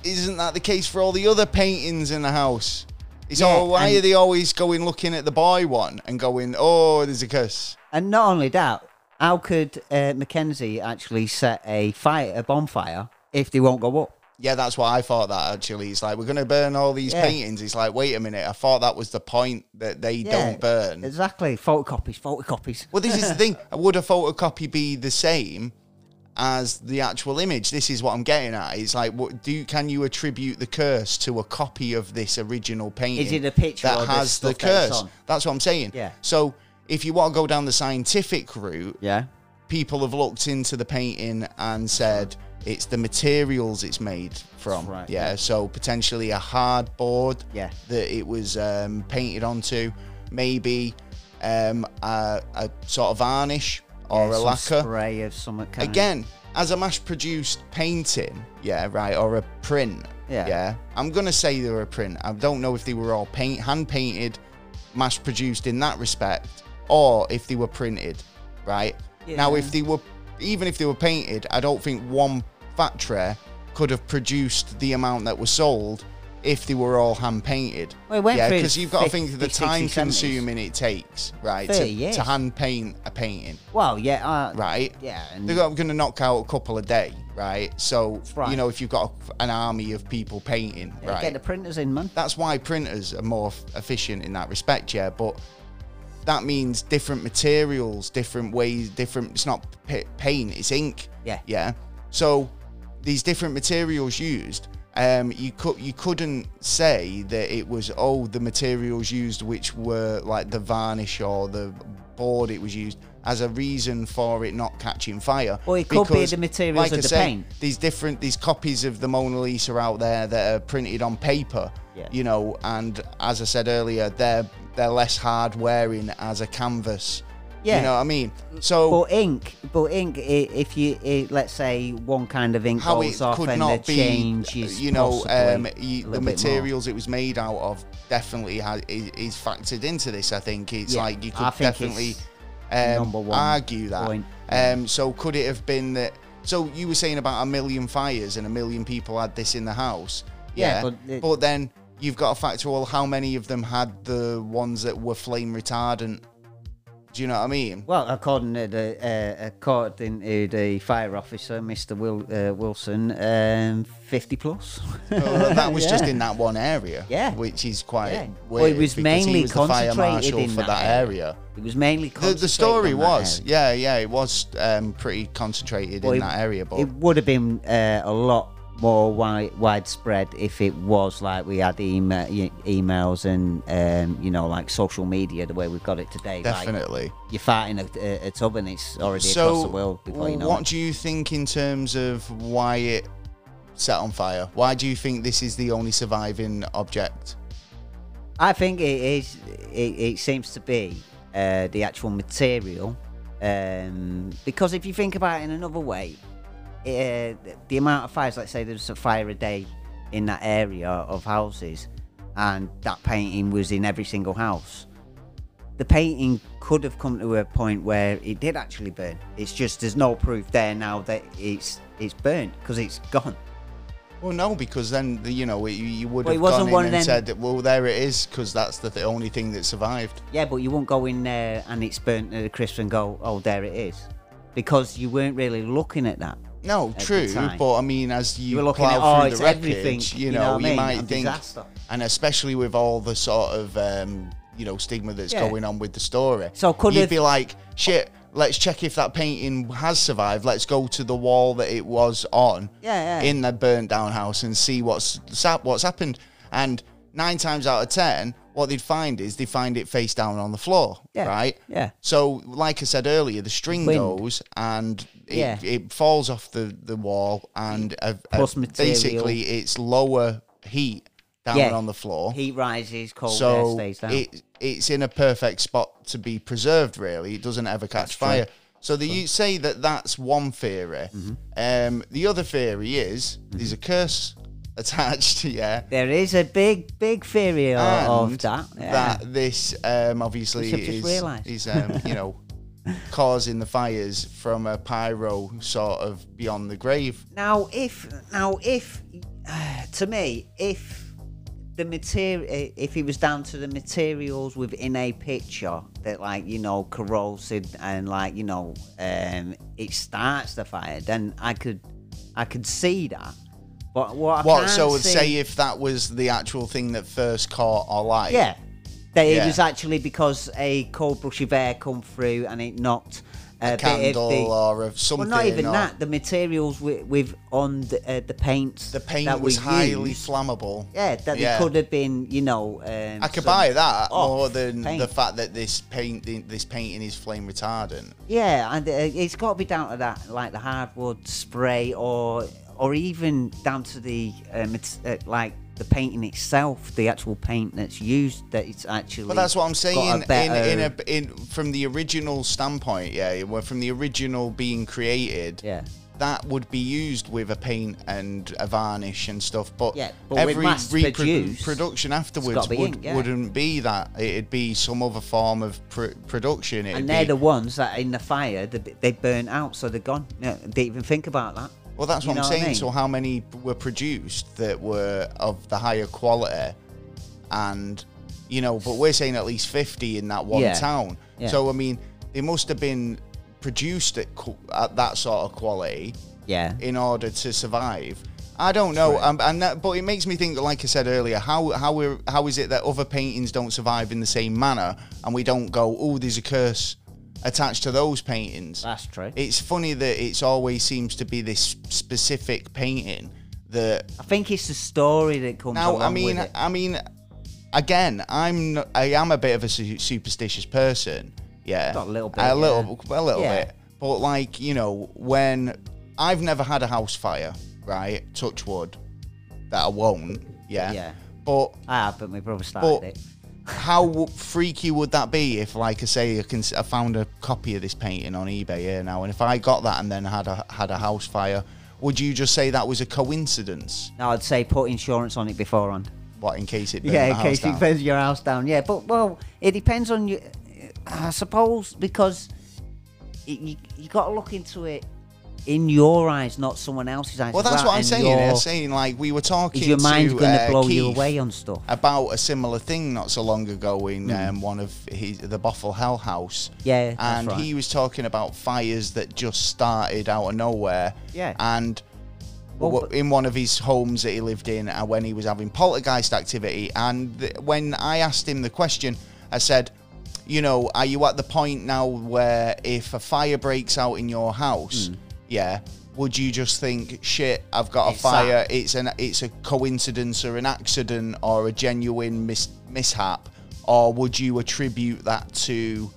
isn't that the case for all the other paintings in the house? It's Yeah, all why and- are they always going looking at the boy one and going, oh, there's a curse. And not only that, how could uh, Mackenzie actually set a fire, a bonfire, if they won't go up? Yeah, that's what I thought. That actually, it's like we're gonna burn all these Yeah. paintings. It's like, wait a minute, I thought that was the point that they don't burn. Exactly. Photocopies, photocopies. Well, this is the thing. Would a photocopy be the same as the actual image? This is what I'm getting at. It's like, what do you, can you attribute the curse to a copy of this original painting? Is it a picture that or the has the stuff that it's curse? on? That's what I'm saying. Yeah. So if you want to go down the scientific route, Yeah. people have looked into the painting and said it's the materials it's made from. Right, Yeah, yeah. so potentially a hard board Yeah. that it was um, painted onto, maybe um, a, a sort of varnish or a Some lacquer. spray of some kind. Again, as a mass produced painting, yeah, right, or a print. Yeah. yeah. I'm gonna say they were a print. I don't know if they were all paint hand painted, mass produced in that respect, or if they were printed, right? Now Yeah. if they were even if they were painted, I don't think one factory could have produced the amount that was sold if they were all hand painted. Well, it went yeah, through because you've got to think of the 50s, time 60s, 70s. consuming it takes, right, to, Thirty years. to hand paint a painting, Well, yeah. Uh, right? Yeah. And They're going to knock out a couple a day, right? So right. you know if you've got a, an army of people painting, right? Get the printers in, man. That's why printers are more f- efficient in that respect, yeah. But that means different materials, different ways, different. It's not p- paint, it's ink. Yeah. yeah. So these different materials used. Um, you could you couldn't say that it was oh the materials used which were like the varnish or the board it was used as a reason for it not catching fire. Or it could be Because, the materials like of I the say, paint. These different these copies of the Mona Lisa are out there that are printed on paper. Yeah. You know, and as I said earlier, they're they're less hard wearing as a canvas. Yeah. You know what I mean? So But ink, but ink. i- If you i let's say one kind of ink how goes it off could and not the be, uh, change is you know, possibly um, a you, little the bit more. materials it was made out of definitely ha- is, is factored into this. I think it's Yeah, like you I could think definitely it's um, number one argue that. point, Um, so could it have been that? So you were saying about a million fires and a million people had this in the house. Yeah, Yeah, but it- but then you've got to factor all how many of them had the ones that were flame retardant. Do you know what I mean? Well, according to the uh, according to the fire officer, Mr. Wil uh, Wilson, um, fifty plus. Well, that was just Yeah. in that one area. Yeah. Which is quite Yeah. weird. Well, it was because mainly he was the fire concentrated marshal in for that that area. It was mainly The, the concentrated story on that was, area. yeah, yeah, it was um, pretty concentrated Well, in it- that area, but It would have been uh, a lot more wi- widespread if it was like we had email, e- emails and um, you know like social media the way we've got it today. Like definitely. you're farting a, a, a tub and it's already across so, the world before you know what it. do you think in terms of why it set on fire? Why do you think this is the only surviving object? I think it is. It, it seems to be uh, the actual material, um, because if you think about it in another way, uh, the amount of fires, let's say there's a fire a day in that area of houses, and that painting was in every single house. The painting could have come to a point where it did actually burn. It's just there's no proof there now that it's it's burned because it's gone. Well, no, because then the- you know you, you would Well, it have wasn't gone in one and of them- said, "Well, there it is," because that's the, the only thing that survived. Yeah, but you won't go in there and it's burnt to the crisp and go, oh, there it is. Because you weren't really looking at that. No, the true, time. but I mean, as you, were looking plow at, oh, through it's the wreckage, everything, you you know, know what you I mean? might A think, disaster. and especially with all the sort of um, you know stigma that's Yeah. going on with the story, So could you'd it- be like, shit, let's check if that painting has survived. Let's go to the wall that it was on, Yeah, yeah. in the burnt down house and see what's sa- what's happened. And nine times out of ten, what they'd find is they find it face down on the floor, Yeah, right? yeah. So, like I said earlier, the string Wind. goes and it, Yeah. it falls off the, the wall and a, a- Plus material. basically it's lower heat down Yeah. on the floor. Heat rises, cold air Oh. so stays down. it, it's in a perfect spot to be preserved. Really, it doesn't ever catch fire. So the, you say that that's one theory. Mm-hmm. Um, the other theory is there's a curse attached. Yeah, there is a big, big theory o- of and that. Yeah. that this um, obviously Which I've just is, realised. is um, you know causing the fires from a pyro sort of beyond the grave. Now, if now if to me, if the material, if it was down to the materials within a picture that, like you know, corrosive and like you know, um, it starts the fire, then I could, I could see that. But what? I What? can't So would see- say if that was the actual thing that first caught our light. Yeah. That Yeah. It was actually because a cold brush of air come through and it knocked a, bit of Candle the- or of something. well, not even or- that. The materials with, with on the, uh, the paints. The paint that was were highly used, flammable. yeah, that Yeah. they could have been, you know. Um, I could some- buy that off more than the paint. fact that this paint, this painting is flame retardant. Yeah, and uh, it's got to be down to that, like the hardwood spray, or or even down to the um, it's, uh, like the painting itself, the actual paint that's used. That it's actually. But that's what I'm got a saying. In, in better- a in from the original standpoint, yeah, where from the original being created, yeah. that would be used with a paint and a varnish and stuff. But, Yeah, but with every mass produced, production afterwards gotta be would, ink, yeah. wouldn't be that. It'd be some other form of pr- production. It'd And they're be, the ones that in the fire they, they burn out, so they're gone. No, they even think about that. Well, that's You what I'm know what I saying. mean? So, how many were produced that were of the higher quality? And, you know, but we're saying at least 50 in that one Yeah. town. Yeah. So, I mean, they must have been produced at, qu- at that sort of quality Yeah, in order to survive. I don't know, um, and that, but it makes me think. Like I said earlier, how how we're, how is it that other paintings don't survive in the same manner, and we don't go, oh, there's a curse attached to those paintings? that's true. it's funny that it's always seems to be this specific painting that I think it's the story that comes now along i mean uh, with it. i mean again i'm n- i am a bit of a su- superstitious person yeah Got a little bit, a little a little Yeah. bit but like you know when i've never had a house fire right touch wood that i won't yeah Yeah. but I have, but my brother started But- it. how w- freaky would that be if, like I say, I, can, I found a copy of this painting on eBay here now, and if I got that and then had a had a house fire, would you just say that was a coincidence? No, I'd say put insurance on it beforehand. What in case it burnt Yeah, the in house case down? it burns your house down. Yeah, but well, it depends on you. I suppose because it, you you got to look into it in your eyes, not someone else's eyes. well, as that's what I'm and saying. your- I'm saying like we were talking. Is your mind to, going to uh, blow you Keith away on stuff? about a similar thing not so long ago in um, one of his, the Boffle Hell House. Hmm. Yeah, that's and right. he was talking about fires that just started out of nowhere. Yeah. and Well, w- but- in one of his homes that he lived in, uh, when he was having poltergeist activity, and th- when I asked him the question, I said. You know, are you at the point now where if a fire breaks out in your Hmm. house, yeah, would you just think, shit, I've got a It's fire, that. it's an it's a coincidence or an accident or a genuine mis- mishap, or would you attribute that to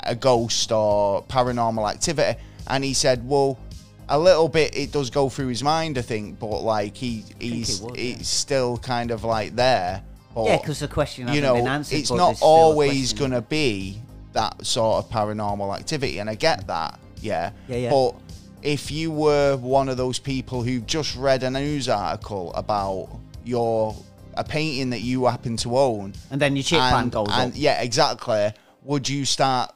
a ghost or paranormal activity? And he said, well, a little bit it does go through his mind, I think, but like he he's would, yeah. it's still kind of like there. But, Yeah, because the question you hasn't know, been answered. it's but not there's still a always question. going to be that sort of paranormal activity, and I get that, yeah. Yeah, yeah. But if you were one of those people who just read a news article about your a painting that you happen to own, And then your chip pan goes and up. yeah, exactly, would you start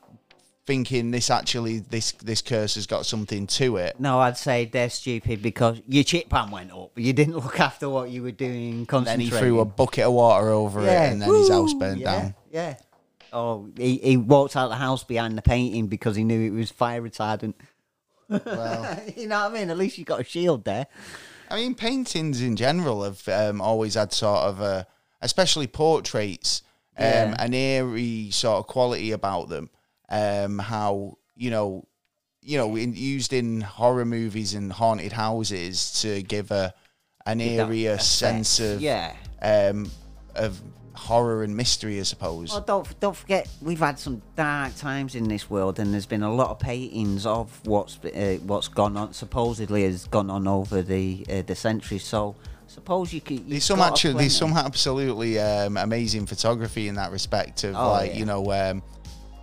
thinking this actually this this curse has got something to it? No, I'd say they're stupid because your chip pan went up. You didn't look after what you were doing. Then Concentrating. he threw a bucket of water over it, and then his house burned yeah, down. Yeah. Oh, he, he walked out the house behind the painting because he knew it was fire retardant. Well, you know what I mean? At least you got a shield there. I mean, paintings in general have um, always had sort of a, especially portraits, um, Yeah. an eerie sort of quality about them. Um, how you know, you know, in, used in horror movies and haunted houses to give a an that eerie sense of Yeah. um, of horror and mystery, I suppose. Well, don't don't forget we've had some dark times in this world, and there's been a lot of paintings of what's uh, what's gone on supposedly has gone on over the uh, the centuries. So suppose you could. There's some actually, there's some absolutely um, amazing photography in that respect of Oh, like yeah. you know um,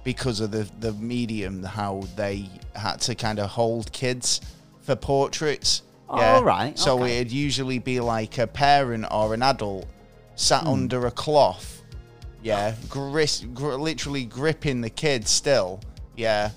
because of the the medium how they had to kind of hold kids for portraits. Oh, alright, So okay. it'd usually be like a parent or an adult Hmm. sat under a cloth. Yeah, Ah. gris, gr- literally gripping the kid still. Yeah.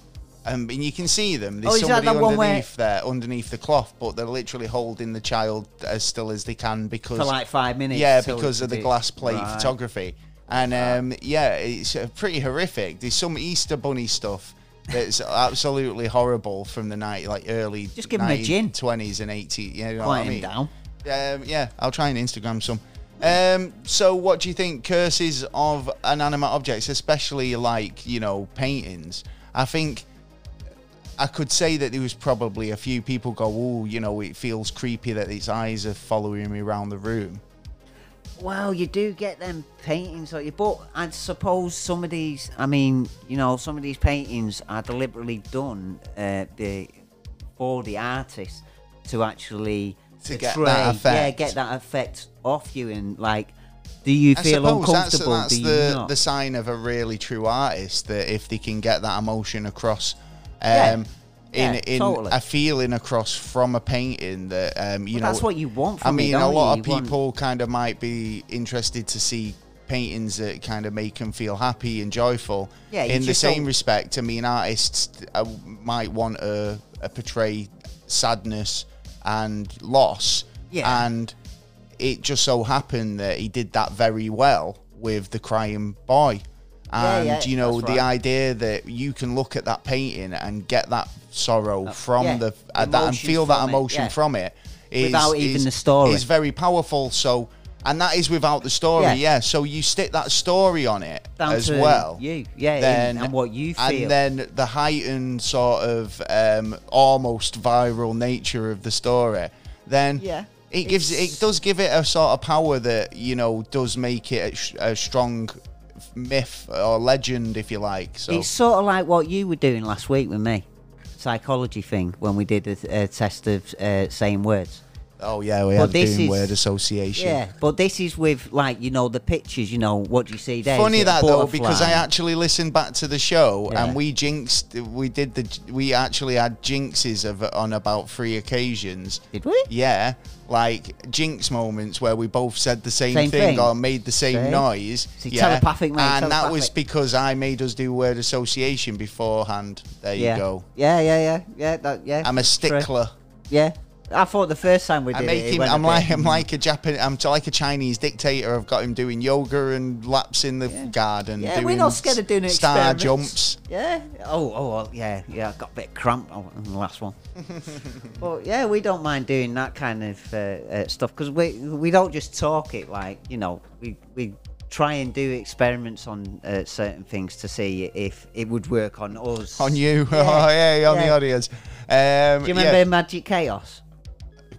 Um, and you can see them. There's Oh, is that somebody that one underneath where- there, underneath the cloth, but they're literally holding the child as still as they can because for like five minutes. yeah, till because of the it- glass plate Right. photography. And um, yeah, it's uh, pretty horrific. There's some Easter Bunny stuff that's absolutely horrible from the night, like early Just give 'em a gin. 20s and 80s. You know what I Quiet him mean? down. Um, yeah, I'll try and Instagram some. Um, so, what do you think curses of inanimate objects, especially like you know paintings? I think uh, I could say that there was probably a few people go, "Oh, you know, it feels creepy that its eyes are following me around the room." Well, you do get them paintings, like you, but I suppose some of these, I mean, you know, some of these paintings are deliberately done uh, the, for the artist to actually To get that portray- yeah, effect. get that effect off you, and like, do you I feel suppose that's, uncomfortable? that's do you the, not? the sign of a really true artist that if they can get that emotion across, um, Yeah. in Yeah, in totally. a feeling across from a painting that um, you know that's what you want I from it, mean, a don't lot you? of You want- people kind of might be interested to see paintings that kind of make them feel happy and joyful. Yeah, you in the just same don't- respect, I mean, artists uh, might want to uh, portray sadness and loss. Yeah. and it just so happened that he did that very well with the crying boy. Yeah, And yeah, you know that's the right. idea that you can look at that painting and get that sorrow from yeah, the uh, that and emotion feel that from it, emotion yeah. from it is Without is- even the story. is very powerful. So, and that is without the story, yeah. Yeah. So you stick that story on it Down as to well, you, yeah, and- and what you feel. and then the heightened sort of um, almost viral nature of the story, then Yeah, it gives it it's- does give it a sort of power that you know does make it a, sh- a strong myth or legend, if you like. So It's sort of like what you were doing last week with me, psychology thing when we did a, a test of uh, saying words. oh yeah, we But have this doing is- word association. Yeah, but this is with like you know the pictures. You know what do you see there? Is Funny it a that though, because I butterfly? actually listened back to the show Yeah. and we jinxed. We did the. We actually had jinxes of on about three occasions. did we? Yeah, like jinx moments where we both said the same, Same thing, thing. or made the same See? noise. See, yeah. telepathic, mate, and that was telepathic. because I made us do word association beforehand. There yeah. you go. Yeah, yeah, yeah, yeah. That, yeah. I'm a true. stickler. Yeah, I thought the first time we did I it, make it him. went a I'm like. bit- I'm like a Japan. I'm t- like a Chinese dictator. I've got him doing yoga and laps in the garden. Yeah, doing we're not scared of doing s- it. star jumps. Yeah. Oh, oh, well, yeah, yeah. I got a bit cramped on on the last one. but yeah, we don't mind doing that kind of uh, uh, stuff because we we don't just talk it. Like you know, we we try and do experiments on uh, certain things to see if it would work on us. on you. Oh, yeah, on the yeah. audience. Um, Do you remember Magic Chaos?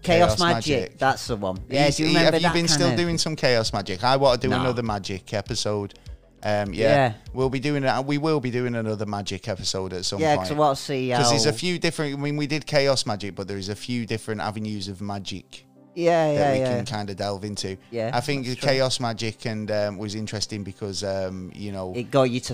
Chaos, Chaos Magic. Magic. That's the one. Yeah. He's- Do you he- remember have that you been kind still of- doing some chaos magic? I want to do No. another magic episode. Um, yeah, Yeah. we'll be doing that. We will be doing another magic episode at some Yeah, oh. point. because I want to see how. Because there's a few different. I mean, we did chaos magic, but there is a few different avenues of magic yeah, that yeah, we yeah. can kind of delve into. Yeah, I think the that's true. chaos magic and um, was interesting because um, you know it got you to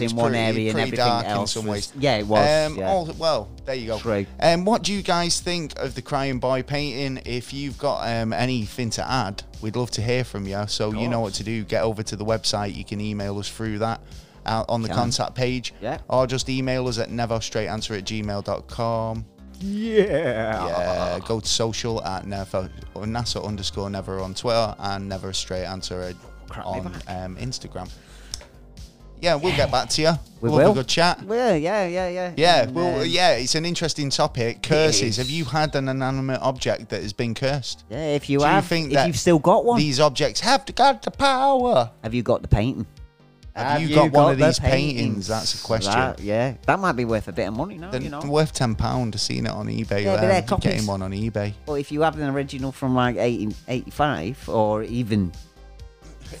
was in one pretty- area and pretty everything dark in else. some was- ways. Yeah, it was. Um, yeah. all- well, there you go. True. Um, what do you guys think of the Crying Boy painting? If you've got um, anything to add, we'd love to hear from you. So you know what to do. Get over to the website. You can email us through that uh, on the Can. contact page. Yeah. Or just email us at neverstraightanswer at gmail.com. Yeah. Yeah, go to social at never or NASA underscore never on Twitter and never a straight answer at- Crap, me on um, Instagram. Yeah, we'll get back to you. We Love a will. good chat. Well, yeah, yeah, yeah. Yeah, And, well, um, yeah, it's an interesting topic. Curses. is. Have you had an inanimate object that has been cursed? yeah. If you Do you have, think if that you've still got one, These objects have to got the power. have you got the painting? Have you got one of these paintings? That's a question. That- yeah, that might be worth a bit of money now. They're you know. worth ten pound. Seen it on eBay. Yeah, but um, they're getting copies. one on eBay. But if you have an original from like 1885 or even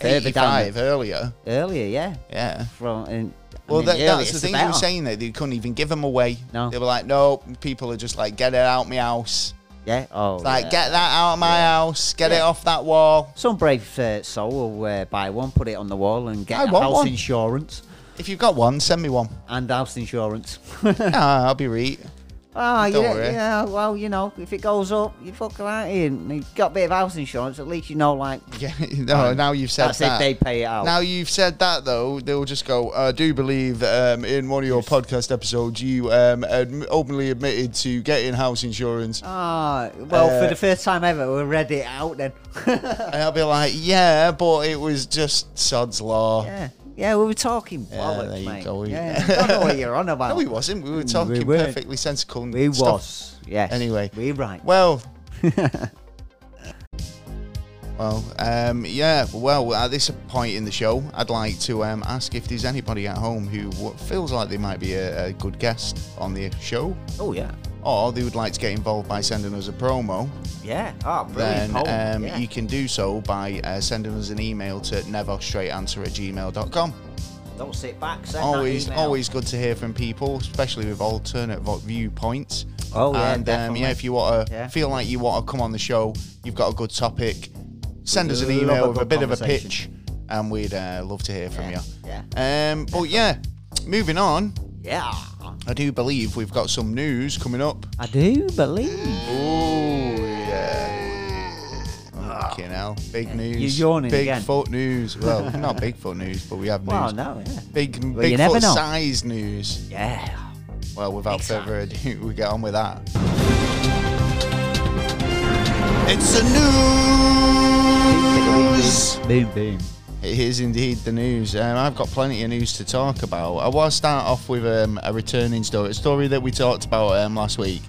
further down Eighty-five earlier. the- earlier, yeah. Yeah. From and, I Well, mean, that, the that's earlier, the it's thing. They better. were saying that they couldn't even give them away. No. They were like, no, people are just like, get it out my house. Yeah. Oh. It's like, yeah. get that out of my house, get it off that wall. Some brave uh, soul will uh, buy one, put it on the wall, and get I want house one. insurance. If you've got one, send me one. And house insurance. Ah, I'll be right. Ah, Don't yeah, worry. yeah. Well, you know, if it goes up, you fuck right in. You've got a bit of house insurance. At least you know, like Yeah, no, now you've said that's that. if they pay it out. Now you've said that though, they'll just go. I do believe um, in one of your podcast episodes, you um, adm- openly admitted to getting house insurance, Ah, well, Uh, for the first time ever, we read it out then. and I'll be like, yeah, but it was just sod's law. yeah, yeah, we were talking bollocks, there you mate. go. Yeah, I don't know what you're on about. No, he wasn't. We were talking Mm, weren't. perfectly sensical. and We stuff. was, yes. Anyway. we right. Well. well, um, yeah. Well, at this point in the show, I'd like to um, ask if there's anybody at home who w- feels like they might be a, a good guest on the show, Oh yeah, or they would like to get involved by sending us a promo. yeah. Oh, then brilliant. poem, um, yeah. you can do so by uh, sending us an email to neverstraightanswer at gmail.com. don't sit back. Send Always, that email. always good to hear from people, especially with alternate vo- viewpoints. Oh, yeah, and um, definitely. yeah, if you want to Yeah. feel like you want to come on the show, you've got a good topic, send We'd us an love email a with a good bit of a pitch, conversation. and we'd uh, love to hear from Yeah, you. Um, but yeah, moving on, Yeah, I do believe we've got some news coming up. I do believe. Oh yeah. Fucking hell. Big news. you're yawning Big again. foot news. Well, not big foot news, but we have news. Well, no, yeah. Big, Well, you big never foot know. size news. Yeah. Well, without Big further ado, we get on with that. It's the news. Boom, boom. It is indeed the news. Um, I've got plenty of news to talk about. I will start off with um, a returning story, a story that we talked about um, last week.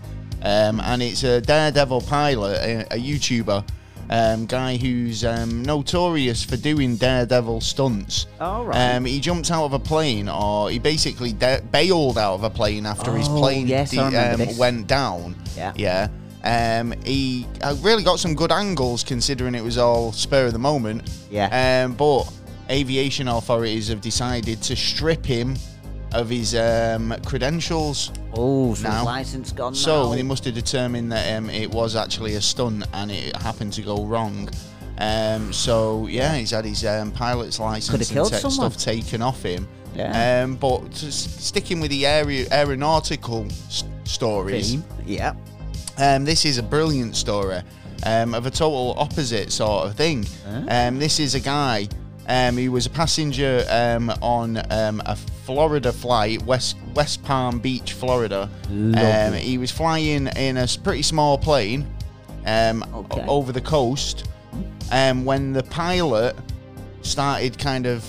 Um, and it's a Daredevil pilot, a, a YouTuber, um, guy who's um, notorious for doing Daredevil stunts. All right. Um, he jumped out of a plane, or he basically da- bailed out of a plane after his Oh, plane yes, I remember um, this. went down. Yeah. Yeah. Um, he uh, really got some good angles considering it was all spur of the moment. Yeah. Um, but aviation authorities have decided to strip him of his um, credentials. Oh, so Now. his license gone So now. they must have determined that um, it was actually a stunt and it happened to go wrong. Um, so yeah, he's had his um, pilot's Coulda license and killed tech someone. stuff taken off him. Yeah. Um, but just sticking with the aer- aeronautical s- stories, Theme. Yeah. um, this is a brilliant story um, of a total opposite sort of thing. Ah. Um, this is a guy. Um, he was a passenger um, on um, a Florida flight, West West Palm Beach, Florida. Um, Lovely. he was flying in a s- pretty small plane um, o- Okay. over the coast. Um, when the pilot started kind of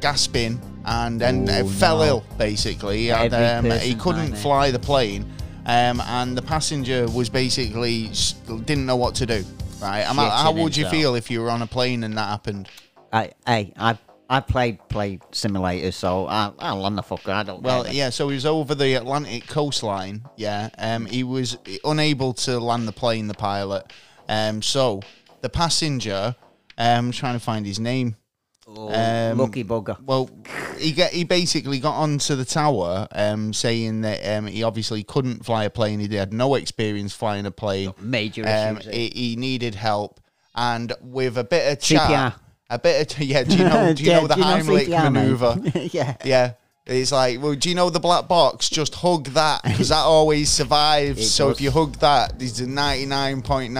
gasping and then uh, Oh, fell no. ill, basically, he, had, Every um, he person's couldn't nightmare. fly the plane, um, and the passenger was basically s- didn't know what to do. Right? I'm, Shitting how would you himself. feel if you were on a plane and that happened? I, hey, I, I played play simulators, so I, I'll on the fucker. I don't. Well, care. yeah. So he was over the Atlantic coastline. Yeah. Um, he was unable to land the plane. The pilot. Um, so the passenger. Um, trying to find his name. Oh, um, lucky bugger. Well, he get, he basically got onto the tower, um, saying that um, he obviously couldn't fly a plane. He had no experience flying a plane. Major Um, issues. eh? he, he needed help, and with a bit of chat, CPR. a bit of yeah. Do you know? Do you Yeah, know the do you know Heimlich CPR, mate? maneuver? yeah. Yeah. It's like, well, do you know the black box? Just hug that because that always survives. It so if does. you hug that, there's a 99.9%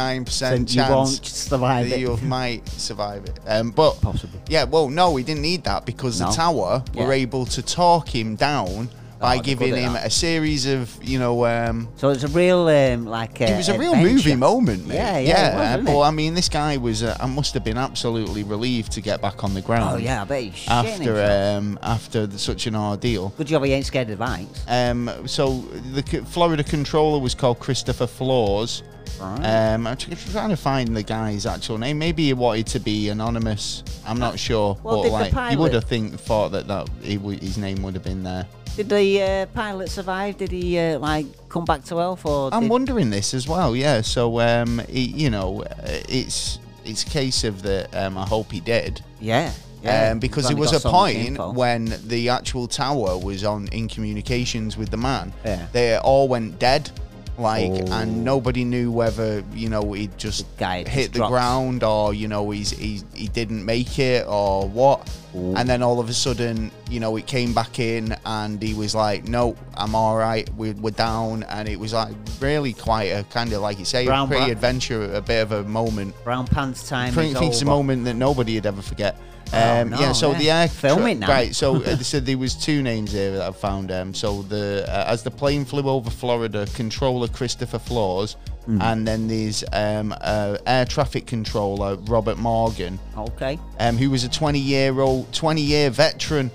And chance you won't survive that it. you might survive it. Um, but Possible. Yeah, well, no, we didn't need that because the No. tower were Yeah. Oh, able to talk him down by they're giving good at him that. a series of, you know, um, So it's a real um, like. it uh, was a real adventure. movie moment, mate. Yeah, yeah, it was, uh, wasn't but it? I mean, this guy was, uh, I must have been absolutely relieved to get back on the ground. Oh yeah, I bet he's shitting After himself. um, after the, such an ordeal, Good job he ain't scared of heights. Um, so the c- Florida controller was called Christopher Flores. Right. Um, I'm tr- trying to find the guy's actual name. Maybe he wanted to be anonymous. I'm not sure. Well, but did the like, you pilot- would have think thought that that he w- his name would have been there. did the uh, pilot survive? Did he uh, like come back to health or? I'm did... wondering this as well. Yeah. So um, he, you know, uh, it's it's a case of the um, I hope he did. Yeah. Yeah. um, because there He's only was got a so much point info. when the actual tower was on in communications with the man. Yeah. Oh. They all went dead. Like, and nobody knew whether you know he just guy hit just the dropped. ground or you know he's he, he didn't make it or what. And then all of a sudden, you know, it came back in and he was like, "No, I'm all right. We're, we're down." And it was like really quite a kind of like you say, a Brown pretty bat. adventure, a bit of a moment. Brown pants time Pretty is it's a over. Oh, moment that nobody would ever forget. Um, no, yeah, so yeah. the air Film it now. Right, so uh, so there was two names here that I found. Um, so the uh, as the plane flew over Florida, controller Christopher Flores, Mm. and then there's um, uh, air traffic controller Robert Morgan, Okay. um, who was a 20 year old, 20 year veteran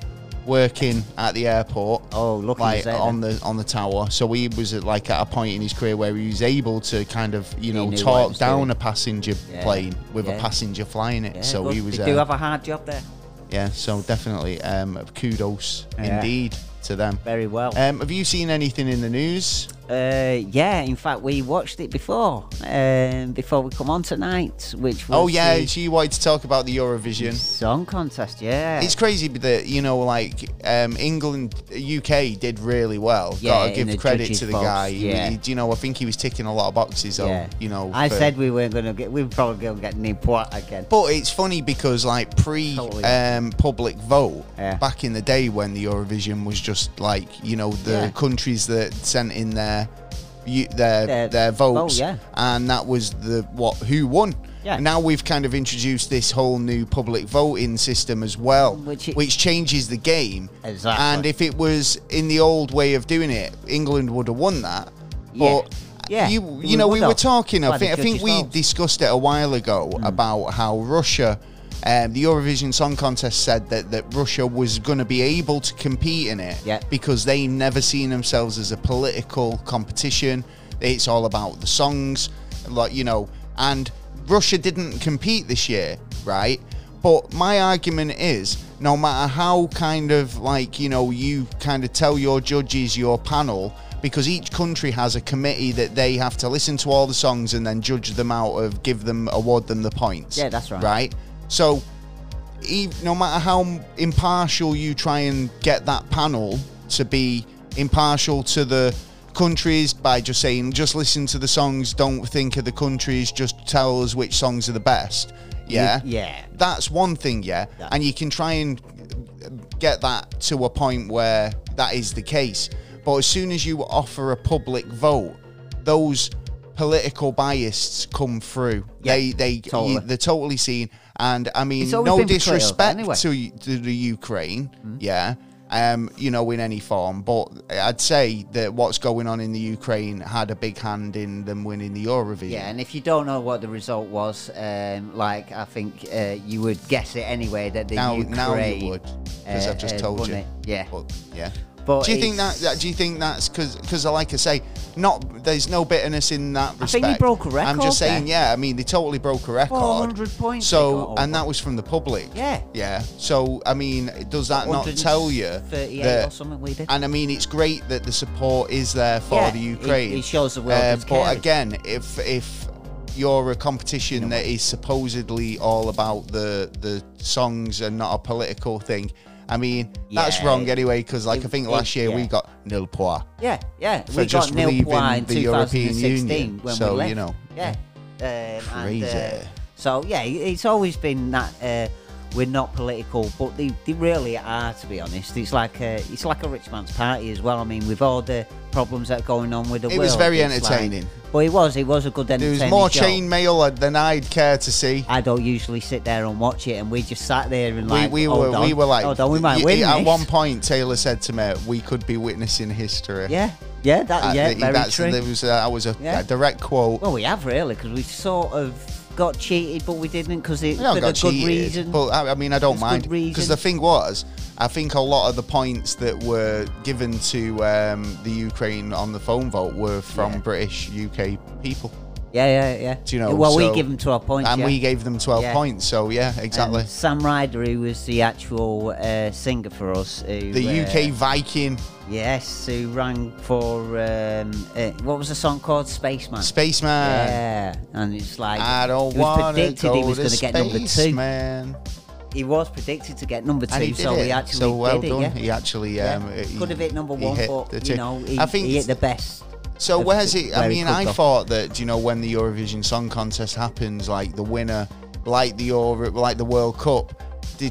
working at the airport Oh, look who's like there on the on the tower. So he was at, like at a point in his career where he was able to kind of you know knew what he talk was down doing. a passenger Yeah, plane with a yeah. passenger flying it. Yeah, so good. he was They do uh, have a hard job there. yeah. So definitely um, kudos Yeah. indeed to them. Very well. Um, have you seen anything in the news? Uh, yeah, in fact, we watched it before, um, before we come on tonight, which was oh yeah, the she wanted to talk about the Eurovision. song contest. Yeah, It's crazy that you know, like um, England, UK did really well. Yeah, Gotta in give the credit judges' to the box, guy. He- yeah. he- you know, I think he was ticking a lot of boxes. On, yeah. you know, I for- said we weren't gonna get. We were probably gonna get any point again. But it's funny because like pre Totally. um, public vote Yeah. back in the day when the Eurovision was just like you know the Yeah. countries that sent in their you- their their, Their votes vote, yeah. and that was the what who won. Yeah. Now we've kind of introduced this whole new public voting system as well, Which it- which changes the game. Exactly. And if it was in the old way of doing it, England would have won that. Yeah. But Yeah, you you we know would we were have. talking. I By the think I think judges' we votes. discussed it a while ago about how Russia, um, the Eurovision Song Contest said that, that Russia was going to be able to compete in it Yeah. because they never seen themselves as a political competition. It's all about the songs, like, you know, and Russia didn't compete this year, right? But my argument is no matter how kind of like, you know, you kind of tell your judges, your panel, because each country has a committee that they have to listen to all the songs and then judge them out of, give them, award them the points. Yeah, that's right. Right? So ev- no matter how impartial you try and get that panel to be impartial to the countries by just saying just listen to the songs don't think of the countries just tell us which songs are the best yeah yeah. that's one thing yeah, Yeah. and you can try and get that to a point where that is the case but as soon as you offer a public vote those political biases come through Yeah, they they totally. you- they're totally seen and i mean It's mean, always no been betrayal, disrespect anyway. Mm-hmm. to y- to the Ukraine, yeah, um, you know, in any form, but I'd say that what's going on in the Ukraine had a big hand in them winning the Eurovision. Yeah, and if you don't know what the result was, um, like I think uh, you would guess it anyway that the now, Ukraine. now you would because uh, I've just uh, told won you. it. Yeah. But, yeah. But do you think that, it's- that? Do you think that's because? Because like I say, not there's no bitterness in that respect. I think they broke a I'm record just saying, yeah. I mean, they totally broke a record. 400 points they So, and got over. that was from the public. Oh, Yeah. Yeah. So, I mean, does that not tell you 138 that? or something we did. And I mean, it's great that the support is there for Yeah, the it- Ukraine. Uh, it shows the world is But caring. again, if if you're a competition that is supposedly all about the the songs and not a political thing, I mean that's Yeah. wrong anyway. Because like I It- think it- last year we yeah. got nil pois. Yeah, yeah. for we just got nil leaving Pua in the 2016 European Union, when so, we left. you know. Yeah. Um, and, uh, Crazy. so yeah, it- it's always been that uh, we're not political, but they, they really are. To be honest, it's like a, it's like a rich man's party as well. I mean, with all the problems that are going on with the It world, was very it's like- entertaining. well, it was. It was a good There entertaining was more show. chainmail than I'd care to see. I don't usually sit there and watch it, and we just sat there and We, like we hold were on, we were like hold on, we might y- win at this. one point Taylor said to me we could be witnessing history Yeah, yeah, that, Uh, yeah, th- very that's, true. There was, uh, that was a, Yeah. a direct quote Well, we have really, because we sort of got cheated, but we didn't because it I don't for got a good cheated, reason. but I, I mean, I don't There's mind good because reason. the thing was, I think a lot of the points that were given to um, the Ukraine on the phone vote were from Yeah. British UK people, yeah, yeah, yeah. Do you know, Well, so- we give them twelve points, and yeah. we gave them twelve Yeah. points. So yeah, And exactly. Sam Ryder, who was the actual uh, singer for us, who, the uh, UK Viking yes, who rang for um, uh, what was the song called, Spaceman. spaceman. yeah, and it's like I don't it was want to predicted he go was to going to get number two. spaceman. He was predicted to get number two, And he did so it. he actually so well did done. it. Yeah. He actually Yeah. um, he- could have hit number he one, hit the but two. you know he, I think he hit the best. So of where's th- it? where I it mean, could I go. thought that you know when the Eurovision Song Contest happens, like the winner, like the Euro, like the World Cup,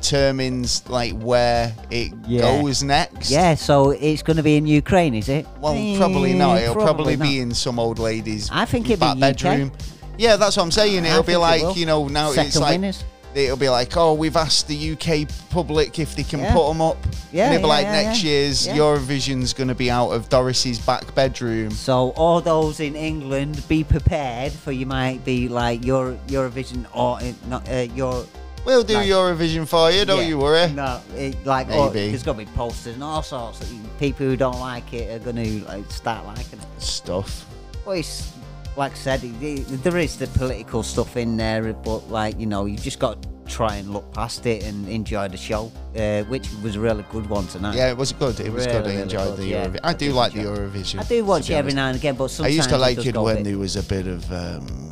determines like where it Yeah. goes next. Yeah, so it's going to be in Ukraine, is it? Well, Eh, probably not. It'll probably, not. be in some old lady's I think it'd be back UK. bedroom. Yeah, that's what I'm saying. I It'll be think it like will. you know now it's Second like winners. it'll be like oh we've asked the UK public if they can put 'em Yeah. put them up. Yeah, and it'll be yeah, like yeah, next yeah. year's Yeah. Eurovision's going to be out of Doris's back bedroom. So all those in England, be prepared for you might be like your Eurovision or uh, not uh, your. We'll do Like- Eurovision for you. Don't yeah, you worry. No, it, like or, Maybe. there's gonna be posters and all sorts. Of, people who don't like it are gonna like, start liking it. Stuff. Well, it's like I said, it- it- there is the political stuff in there, but like you know, you just got to try and look past it and enjoy the show, uh, which was a really good one tonight. Yeah, it was good. It was Really, good. I really enjoyed good, the yeah. Eurovision. I do Really like the enjoyed Eurovision. I do watch to be it every honest. now and again, but I sometimes used to like does it go a when bit- there was a bit of um,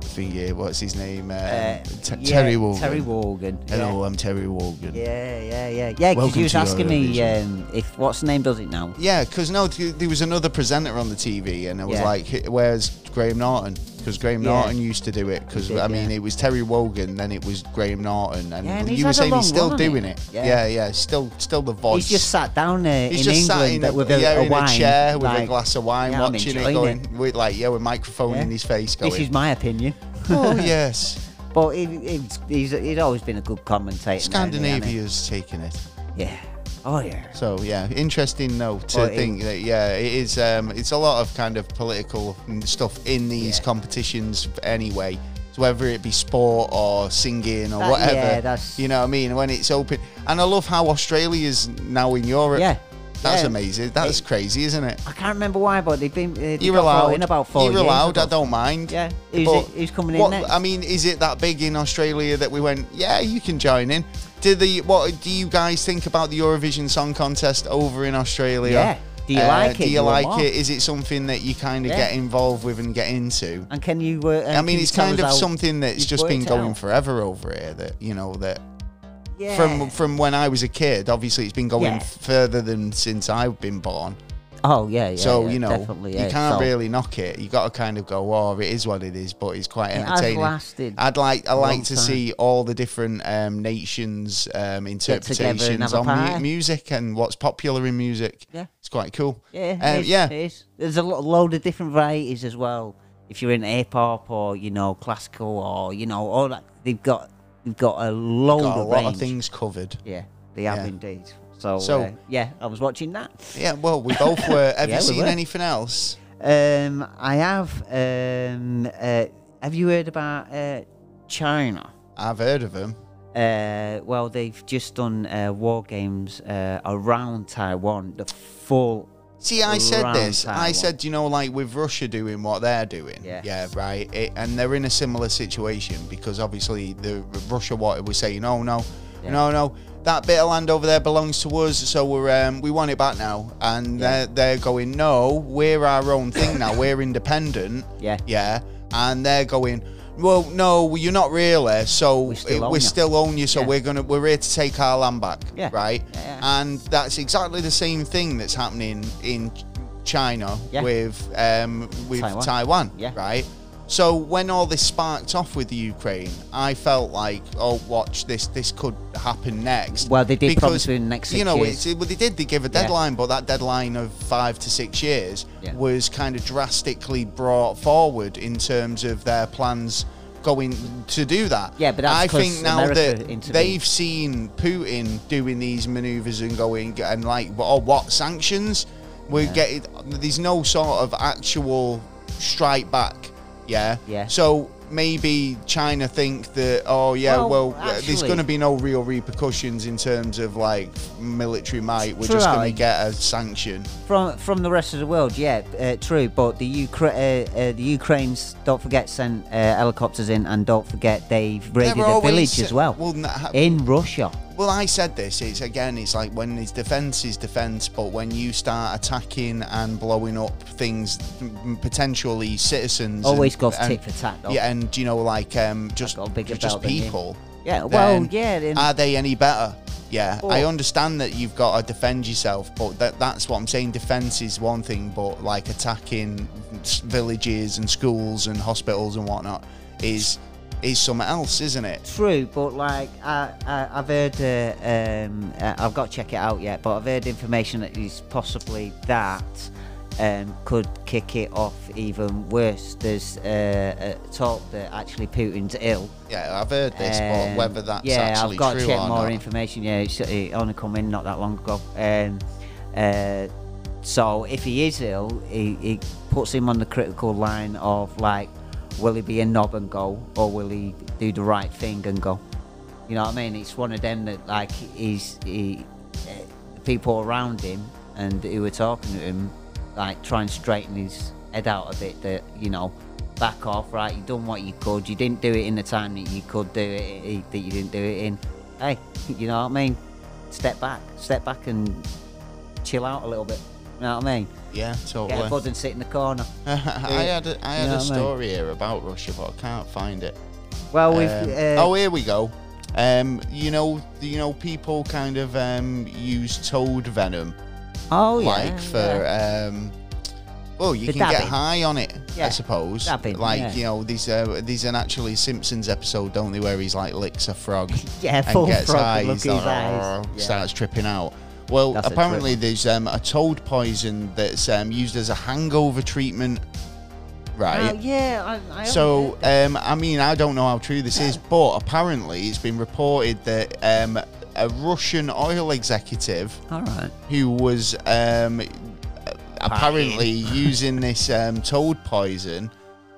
thingy. What's his name? Um, Uh, T- yeah, Terry Wogan. Terry Wogan. Hello, I'm Terry Wogan. Yeah. Yeah, yeah, yeah, yeah. Because Welcome you was to asking me Eurovision. um, if what's the name does it now. because no, th- there was another presenter on the TV, and I was Yeah. like, "H- "Where's Graham Norton?" Because Graham Yeah. Norton used to do it. Because did, I mean, yeah. it was Terry Wogan, then it was Graham Norton, and, Yeah, and he's you were had a saying long he's still run, doing hasn't it. he? Yeah. yeah, Yeah. Still, still the voice. He's just sat down there He's in just England sat in a, with a, yeah, a in wine, a chair with a like, glass of wine, "Yeah, I'm watching it, enjoying going with like yeah, with microphone in Yeah. his face, going, This is my opinion. "Oh yes, But he, he's, he's, he's always been a good commentator. Scandinavia. Scandinavia's taking it." Yeah. Oh, yeah. So yeah, interesting though to Well, it- think that yeah, it is. Um, it's a lot of kind of political mm, stuff in these Yeah. competitions anyway. So whether it be sport or singing or That- whatever, yeah, that's- you know what I mean. When it's open, and I love how Australia's now in Europe. Yeah. that's Yeah. amazing. That's It- crazy, isn't it? I can't remember why, but they've been. Uh, they You're got brought allowed. In about four You're years allowed. ago. I don't mind. Yeah. Who's, But it, who's coming what- in next? I mean, is it that big in Australia that we went? Yeah, you can join in. Did the what? Do you guys think about the Eurovision Song Contest over in Australia? Uh, Yeah. Do you like Do it? you, You want like more? it? Is it something that you kind of Yeah. get involved with and get into? and can you. Uh, I mean, it's kind of something that's you've just been worked going out? forever over here. That you know that Yeah. from from when I was a kid, obviously it's been going Yeah. further than since I've been born. Oh, yeah, yeah. So yeah, you know, definitely, yeah. you can't So- really knock it. You got to kind of go, oh, it is what it is, but it's quite has entertaining. lasted I'd like, I a like long to time. see all the different um, nations' um, together and have a interpretations on mu- party. music and what's popular in music. Yeah. it's quite cool. Yeah, it Um, is, yeah. it is. There's a lo- load of different varieties as well. If you're in hip-hop or, you know, classical or, you know, all that, they've got, they've got a load Got a of lot range. of things covered. Yeah, they have Yeah. indeed. So, So- uh, yeah, I was watching that. Yeah, well, we both were. Have Yeah, you we seen were. anything else? Um, I have. Um, uh, have you heard about uh, China? I've heard of them. Uh, well, they've just done uh, war games uh, around Taiwan. The full. See, I said Round this. time I one. said, you know, like with Russia doing what they're doing. Yeah. Yeah, right. It, and they're in a similar situation because obviously the Russia what was saying, oh no, Yeah. no, no, that bit of land over there belongs to us, so we're um, we want it back now. And they're Yeah. they're going, no, we're our own thing now. We're independent. Yeah. Yeah. And they're going. Well, no, you're not really. So we still still, own we you." still own you. So Yeah. we're gonna we're here to take our land back, Yeah. right? Yeah, yeah. and that's exactly the same thing that's happening in China Yeah. with um, with Taiwan, Taiwan. Yeah. right? So when all this sparked off with the Ukraine, I felt like, oh, watch this, this could happen next. Well, they did promise within the next six you know, years. It's, well, they did. They gave a Yeah. deadline, but that deadline of five to six years Yeah. was kind of drastically brought forward in terms of their plans going to do that. Yeah, but that's I 'cause think now America that intervened. they've we've seen Putin doing these maneuvers and going and like, oh, what sanctions? We're getting. There's no sort of actual strike back. Yeah. Yeah. So maybe China think that, oh yeah, well, Well, there's actually- going to be no real repercussions in terms of like military might. We're just Right. going to get a sanction. From from the rest of the world, yeah, uh, true. But the Ukra- uh, uh, the Ukrainians don't forget sent uh, helicopters in, and don't forget they've raided They're a always- village as well Well, n- in Russia. Well, I said this. It's again. It's like when his defense is defense, but when you start attacking and blowing up things, m- potentially citizens. Always and, goes and- tit for tat, though. Yeah, and you know, like um, just got a bigger just belt than you. people. Yeah, well, then yeah, then- Are they any better? Yeah, I understand that you've got to defend yourself, but that, that's what I'm saying. Defense is one thing, but like attacking s- villages and schools and hospitals and whatnot is is something else, isn't it? True, but like I, I, I've heard, uh, um, uh, I've got to check it out yet, but I've heard information that is possibly that um, could kick it off even worse. There's uh, uh, talk that actually Putin's ill. Yeah, I've heard this, Um, but whether that's yeah, actually I've got true to check or more not. information. Yeah, it's it only come in not that long ago. Um, uh, so if he is ill, he, he puts him on the critical line of like, will he be a knob and go, or will he do the right thing and go? You know what I mean? It's one of them that like he's he, uh, people around him and who were talking to him, like try and straighten his head out a bit. That you know, back off. Right, you done what you could. You didn't do it in the time that you could do it. eh, That you didn't do it in. Hey, you know what I mean? Step back, step back, and chill out a little bit. You know what I mean? yeah, Get totally. a bud and sit in the corner. I had a, I had Yeah, a mate. story here about Russia, but I can't find it. Well, we've. Um, uh, oh, here we go. Um, you know, you know, people kind of um, use toad venom, oh, yeah. like for yeah. um, well, you The can get dabbing. high on it, I Yeah, suppose. dabbing, like yeah. you know, there's uh, there's an actually Simpsons episode, don't they, where he's like licks a frog Yeah, and full gets frog, high, look he's at like, his eyes. "Arr," Yeah. starts tripping out. Well, That's a apparently there's um, a toad poison that's um, used as a hangover treatment, right? Oh, yeah. I, I So, um, I mean, I don't know how true this is, but apparently it's been reported that um, a Russian oil executive All right. who was um, apparently using this um, toad poison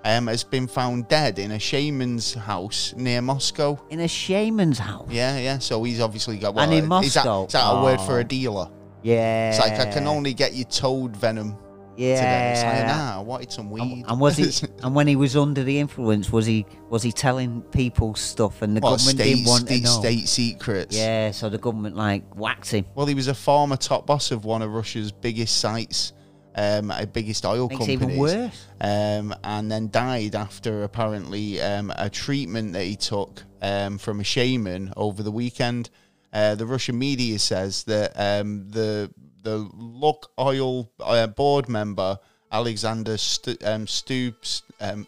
um, has been found dead in a shaman's house near Moscow. In a shaman's house. Yeah, yeah. So he's obviously got. Well, And in is that- Moscow? is that a word for Oh. a dealer? Yeah. It's like I can only get you toad venom Yeah. today. It's like, nah, I wanted some weed. And, and was he? and when he was under the influence, was he? Was he telling people stuff, and the what government state, didn't want state, to know? state secrets? Yeah. So the government like whacked him. Well, he was a former top boss of one of Russia's biggest sites, um, a biggest oil Makes it companies. even worse. Um, and then died after apparently um, a treatment that he took um, from a shaman over the weekend. Uh, the Russian media says that um, the the Look Oil uh, board member Alexander Stu um, Stub um,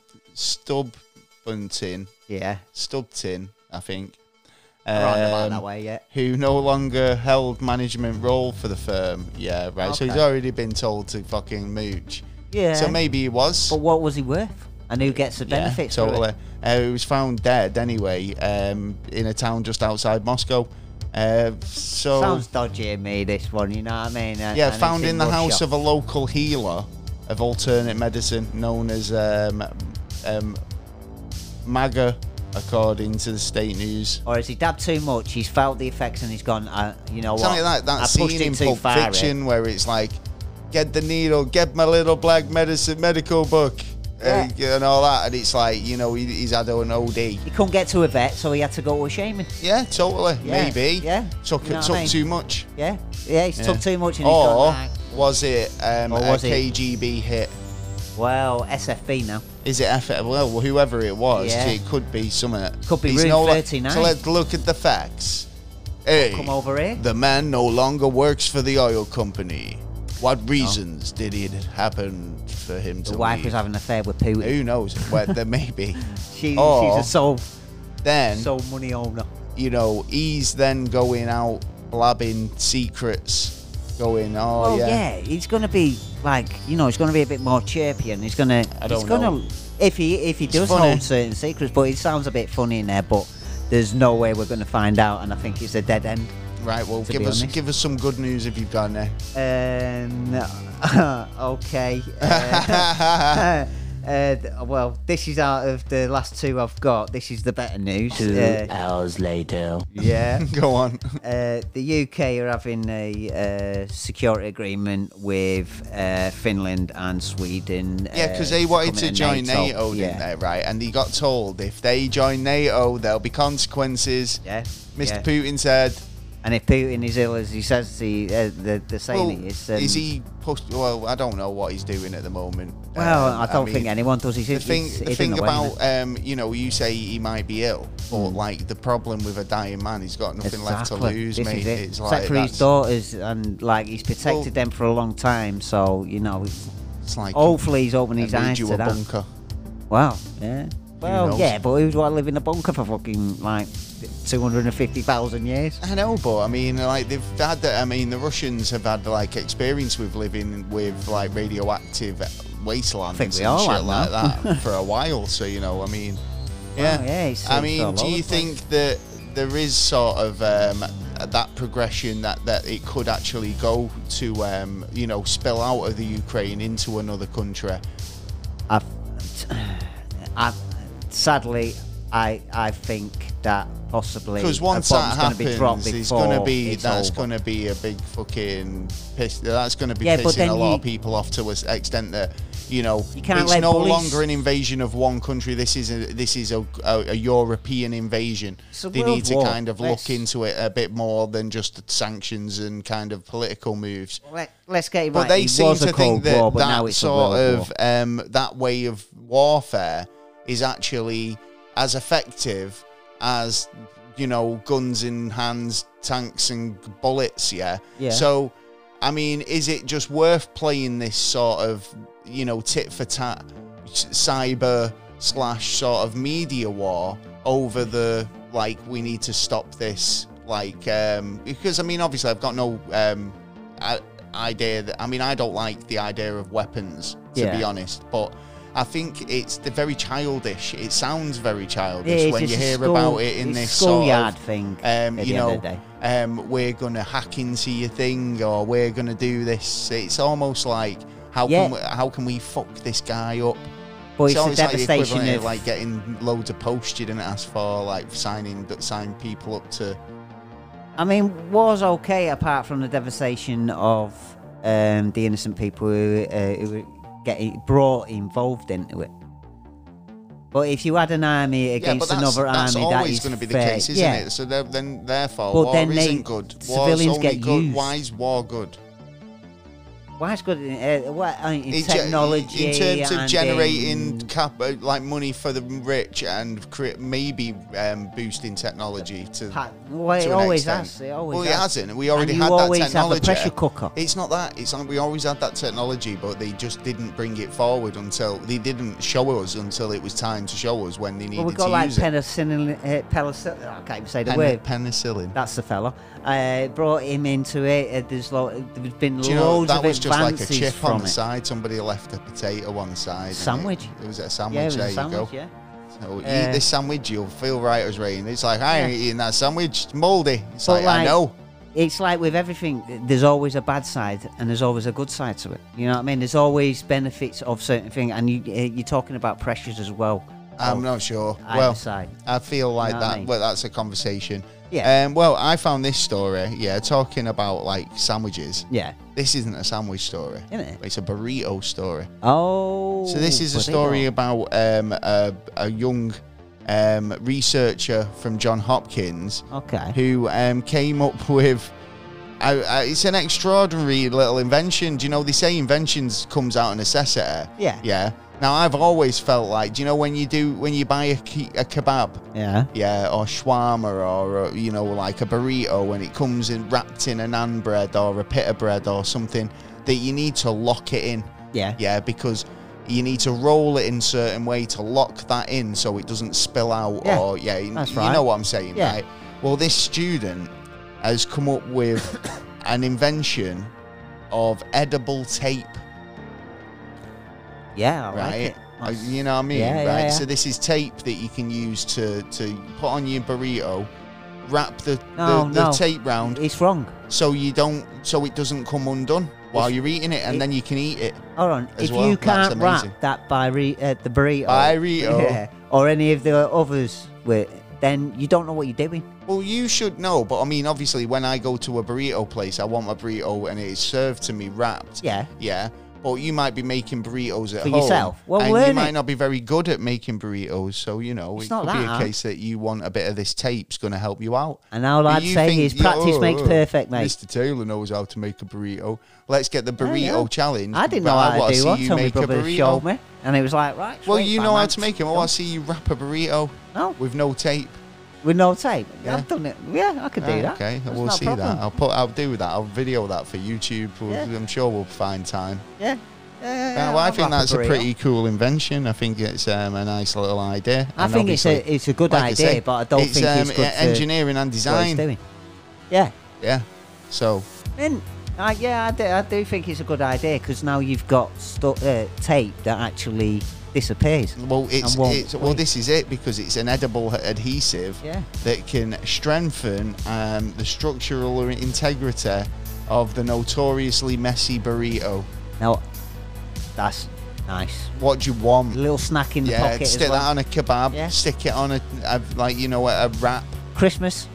Stubbuntin Yeah. Stubtin, I think. Around about um, that way. Yeah. who no longer held management role for the firm. Yeah, right. So he's Okay. already been told to fucking mooch. Yeah. So maybe he was. But what was he worth? And who gets the yeah, benefits? for it? totally. Uh, he was found dead anyway, um, in a town just outside Moscow. Uh, so Sounds dodgy to me. This one. You know what I mean? And- yeah, and it's found in the Russia. house of a local healer of alternate medicine known as um, um, MAGA, according to the state news. Or has he dabbed too much? He's felt the effects and he's gone. Uh, you know what? Something like that. That I pushed scene it in too Pulp far. eh? here." Fiction where it's like, get the needle, get my little black medicine medical book, uh, and all that. And it's like, you know, he, he's had an OD. He couldn't get to a vet, so he had to go to a shaman. Yeah, totally. Yeah, Maybe. yeah. Took, You know what I took mean? too much. Yeah, yeah, he's Yeah. took too much and he's Or gone. "Nah." was it um, Or was a it- KGB hit? Well, SFB now. Is it F? Well, whoever it was, Yeah. it could be something. Could be He's Room no lo- 39. So let's look at the facts. Hey, Come over here. The man no longer works for the oil company. What reasons did it happen for him to The wife was leave? having an affair with Putin. Who knows? Well, there may be. She, Or- she's a sole, Then, sole money owner. you know, he's then going out blabbing secrets, going, oh, Oh yeah. yeah. he's gonna be like, you know, he's gonna be a bit more chirpy, and he's gonna. I don't he's gonna, know. If he if he does funny. hold certain secrets, but it sounds a bit funny in there, but. There's no way we're going to find out, and I think it's a dead end. Right, well, To give be us honest. give us some good news if you've got any. Um, okay. uh, uh, th- well, this is out of the last two I've got. This is the better news. Uh, hours later. yeah. Go on. Uh, the UK are having a uh, security agreement with uh, Finland and Sweden. uh, Yeah, because they wanted to join NATO, didn't they? yeah. Right, and he got told if they join NATO, there'll be consequences. Yeah. Mr. yeah. Putin said, And if Putin is ill as he says he, uh, the the saying Well, he is, um, then- is he pushed? Well, I don't know what he's doing at the moment. Well, Um, I don't mean, think anyone does. He's, The thing, he's the hidden thing away, about isn't um, you know, you say he might be ill, but like the problem with a dying man, he's got he? nothing left to Exactly. lose, This mate. is it. It's Except like for his that's- daughters, and like he's protected Well- them for a long time. So you know, it's- it's like hopefully he's opening I his eyes need to you a that. bunker. Wow. Yeah. Well, knows? yeah, but who'd want to live in a bunker for fucking like two hundred and fifty thousand years? I know, but I mean, like they've had that. I mean, the Russians have had like experience with living with like radioactive wastelands think we and all shit have like now. that for a while. So you know, I mean, yeah. yeah, it's- I it's all mean, do over you the place. think that there is sort of um, that progression that that it could actually go to, um, you know, spill out of the Ukraine into another country? I've, I've, sadly, I I think that possibly Because once a bomb's that gonna be dropped happens, it's before going to be it's that's over. going to be a big fucking piss. That's going to be Yeah, but pissing then a lot you- of people off to an extent that you know You can't it's let no bullies- longer an invasion of one country. This is a, this is a, a, a European invasion. It's a They world need to war. kind of Let's- look into it a bit more than just sanctions and kind of political moves. Let, let's get it right. But they it seem was to a think Cold that War, but that now it's a sort of world war. um, that way of warfare is actually as effective as you know guns in hands, tanks and bullets. Yeah. Yeah. So, I mean, is it just worth playing this sort of you know tit for tat c- cyber slash sort of media war over the like we need to stop this like um because I mean obviously I've got no um I, idea that I mean I don't like the idea of weapons to Yeah. be honest but I think it's the very childish it sounds very Yeah, childish it's when just you a hear school- about it in it's a this sort schoolyard of thing. um, at you the know, end of the day. um, we're gonna hack into your thing, or we're gonna do this. It's almost like how Yeah. can we, how can we fuck this guy up? but it's, the almost devastation like the equivalent of of like getting loads of posts you didn't ask for, like signing that sign people up to. I mean, war's okay apart from the devastation of um, the innocent people who, uh, who were getting brought involved into it. But if you had an army against yeah, but that's, another that's army, that always is going to be the fair. case, isn't yeah. it? So they're- then, therefore, But war then they- isn't good. War's civilians only get good. used. Why is war good? Why it's good in, uh, what, uh, in It ge- technology in terms of and generating in- cap, uh, like money for the rich and create, maybe um, boosting technology to Pa- well, it to an always extent. has. It always well, has. it hasn't. We already and you had always that technology. have a pressure cooker. It's not that. It's not, we always had that technology, but they just didn't bring it forward until they didn't show us until it was time to show us when they needed Well, we've got to like use it. penicillin, uh, penicillin. I can't even say the Pen- word. penicillin. That's the fella. Uh, brought him into it. Uh, there's lo- there's been Do you know loads that of was just like a advances chip from on the it. side? Somebody left a potato on the side. and it- Sandwich. It, was a yeah, sandwich. it was there a sandwich, you go. yeah. So Uh, eat this sandwich, you'll feel right as rain. It's like I ain't Yeah. eating that sandwich. It's mouldy. It's like, But I like- know. It's like with everything. There's always a bad side and there's always a good side to it. You know what I mean? There's always benefits of certain things, and you uh, you're talking about pressures as well. I'm of not sure. either Um, well, side. I feel like know what I that. mean? Well, that's a conversation. Yeah. Um, well, I found this story. Yeah, talking about like sandwiches. yeah. This isn't a sandwich story. Isn't it? It's a burrito story. Oh. So this is a but they story don't. about um, a, a young um, researcher from John Hopkins Okay. who um, came up with. I, I, it's an extraordinary little invention. Do you know they say inventions comes out of necessity? Yeah. Yeah. Now I've always felt like, do you know when you do when you buy a, ke- a kebab, Yeah. yeah, or shawarma, or uh, you know like a burrito, when it comes in wrapped in a naan bread or a pita bread or something, that you need to lock it in. Yeah. Yeah, because you need to roll it in certain way to lock that in so it doesn't spill out Yeah, or yeah, you, that's you right. know what I'm saying, Yeah. right? Well, this student has come up with an invention of edible tape, Yeah, I like right? it. Uh, you know what I mean, Yeah, yeah, right? yeah. So this is tape that you can use to to put on your burrito, wrap the No, the, the no. tape round It's wrong. so you don't so it doesn't come undone while you're eating it, and it- then you can eat it. Hold on. as If well. you That's can't amazing. wrap that burrito, uh, the burrito, Burrito. or any of the others with, then you don't know what you're doing. Well, you should know, but I mean, obviously, when I go to a burrito place, I want my burrito and it is served to me wrapped. Yeah. Yeah. But you might be making burritos at For home, yourself? Well, and you learn might it. not be very good at making burritos. So you know, It's it not could be that a hard. case that you want a bit of this tape's going to help you out. And all But I'd you say think, is practice "Oh, makes oh, perfect, mate." Mr. Taylor knows how to make a burrito. Let's get the Yeah, burrito yeah. challenge. I didn't but know how wanna to do see one you till my make a brother burrito. showed me, and he was like, "Right." Well, sweet, you my know how man's to make them. I want to see you wrap a burrito No, with no tape. with no tape. Yeah. I've done it. Yeah, I could do Ah, that. Okay, That's we'll not a see that. problem. I'll put. I'll do that. I'll video that for YouTube. We'll- Yeah. I'm sure we'll find time. Yeah. Yeah, yeah, Yeah, yeah, well, I I'll think wrap that's a burrito. pretty cool invention. I think it's um, a nice little idea. I and think it's a obviously, it's a good like I idea, say, but I don't think um, it's good for engineering and what he's design. doing. Yeah. Yeah. So Then, I yeah, I do, I do think it's a good idea because now you've got stu- uh, tape that actually disappears. well, it's, And won't it's well leak. this is it because it's an edible h- adhesive Yeah. that can strengthen um, the structural integrity of the notoriously messy burrito. Now, that's nice. What do you want? A little snack in the yeah, pocket stick as well. that on a kebab. Yeah. Stick it on a, a like you know a, a wrap. Christmas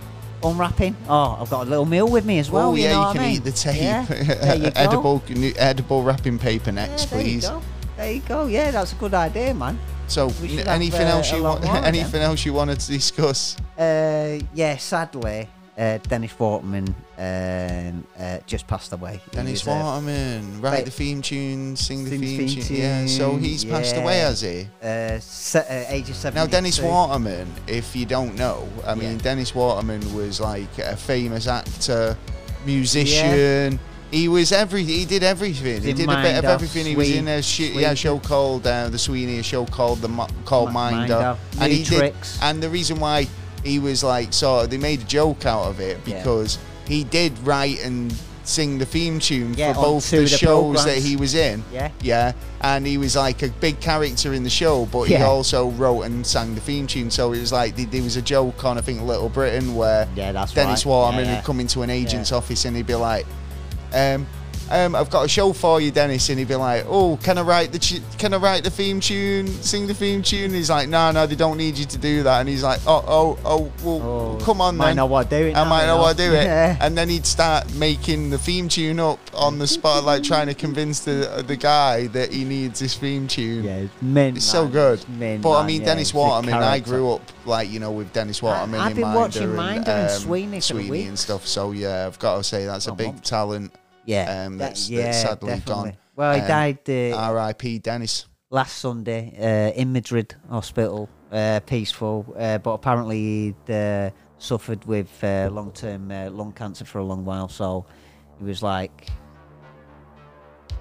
unwrapping. Oh, I've got a little meal with me as well. oh you yeah, know you what I can mean? eat the tape. Yeah, there you go. edible new, edible wrapping paper Yeah, next, there you please. go. There you go. Yeah, that's a good idea, man. So We n- should have, anything uh, else a you lot want? more of them. Anything else you wanted to discuss? Uh, yeah, sadly, uh, Dennis Waterman um, uh, just passed away. He Dennis was, uh, Waterman, write Right. the theme tune, sing the Sing the theme, theme tune. Yeah, so tune, he's passed away, yeah. has he? uh, se- uh, age of seven. Now, Dennis Waterman, if you don't know, I mean, Yeah. Dennis Waterman was like a famous actor, musician. He was every. He did everything. He Did did a bit Mind of Off, everything. He was Swee- in a sh- yeah, Sweeney. show called uh, the Sweeney, a show called the Mo- called Mi- Mind Mind Off, Off, and New he Tricks. did. And the reason why he was like sort of they made a joke out of it Yeah. because he did write and sing the theme tune Yeah, for on both two the, of the shows that programmes. he was in. Yeah. Yeah, and he was like a big character in the show, but he Yeah. also wrote and sang the theme tune. So it was like th- there was a joke on I think Little Britain where Yeah, that's Dennis right. Waterman Yeah, yeah. would come into an agent's Yeah. office and he'd be like, um, um, "I've got a show for you, Dennis," and he'd be like, "Oh, can I write the tu- can I write the theme tune, sing the theme tune?" And he's like, "No, no, they don't need you to do that." And he's like, "Oh, oh, oh, well, come on might then." Not what do it I now, might you know I do it. Yeah. And then he'd start making the theme tune up on the spot, like trying to convince the the guy that he needs his theme tune. yeah, it's mint. It's man. so good. It's mint, but I man, mean, yeah, Dennis it's a Waterman, I character. grew up, like, you know, with Dennis Waterman. I've in been Minder watching and, Minder and um, Sweeney for Sweeney and weeks. stuff. So, yeah, I've got to say that's a Well, big Mum. talent. Yeah, um, that- that's- that's yeah, sadly definitely. gone. Well, he Um, died uh, R.I.P. Dennis. last Sunday uh, in Madrid hospital, uh, peaceful. Uh, but apparently he'd uh, suffered with uh, long-term uh, lung cancer for a long while, so he was like.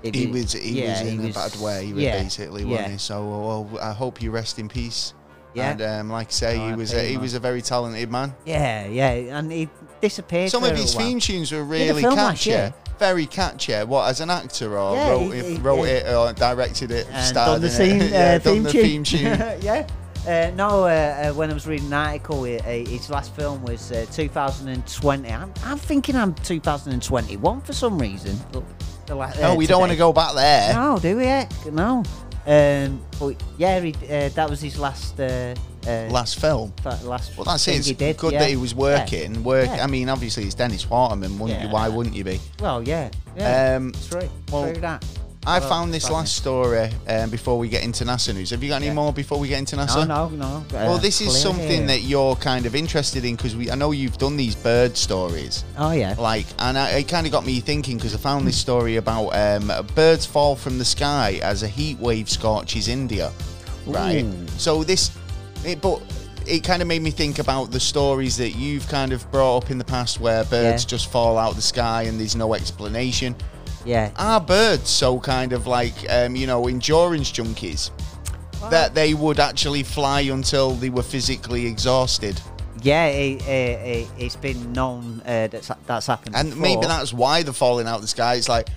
it- He it- was he yeah, was in a was- bad way, he was yeah, basically, yeah, wasn't he? So, well, I hope you rest in peace. Yeah. And um, like I say, he was a, R.I.P., he man. was a very talented man. Yeah, yeah, and he disappeared. Some for of a his while. theme tunes were did a really film last catchy, year. very catchy. What as an actor or Yeah, wrote, he- it, he- wrote yeah. it or directed it, and starred done the in same uh, it. Yeah, done theme, the tune. theme tune. yeah. Uh, no, uh, uh, when I was reading an article, uh, uh, his last film was uh, 2020. I'm, I'm thinking I'm 2021 for some reason. Look, the la- oh, uh, we don't want to today. go back there. No, do we? Heck, No. Um, but yeah, he, uh, that was his last. Uh, uh, Last film. fa- last Well, that's thing it. It's he did. good yeah. that he was Yeah. working. Work. Yeah. I mean, obviously it's Dennis Waterman. Wouldn't you? Yeah. Why wouldn't you be? Well, yeah. yeah. Um, it's true. well, true that. I Well, found this fuck me. last story um, before we get into NASA news. Have you got any Yeah. more before we get into NASA? No, no, no. uh, Well, this is clear something here. that you're kind of interested in because I know you've done these bird stories. Oh, yeah. Like, and I, it kind of got me thinking because I found this story about um, birds fall from the sky as a heat wave scorches India. Right. Ooh. So this, it, but it kind of made me think about the stories that you've kind of brought up in the past where birds Yeah. just fall out the sky and there's no explanation. Yeah. Are birds so kind of like, um, you know, endurance junkies that they would actually fly until they were physically exhausted? Yeah, it, it, it, it's been known uh, that's that's happened. And before. maybe that's why they're falling out of the sky. It's like,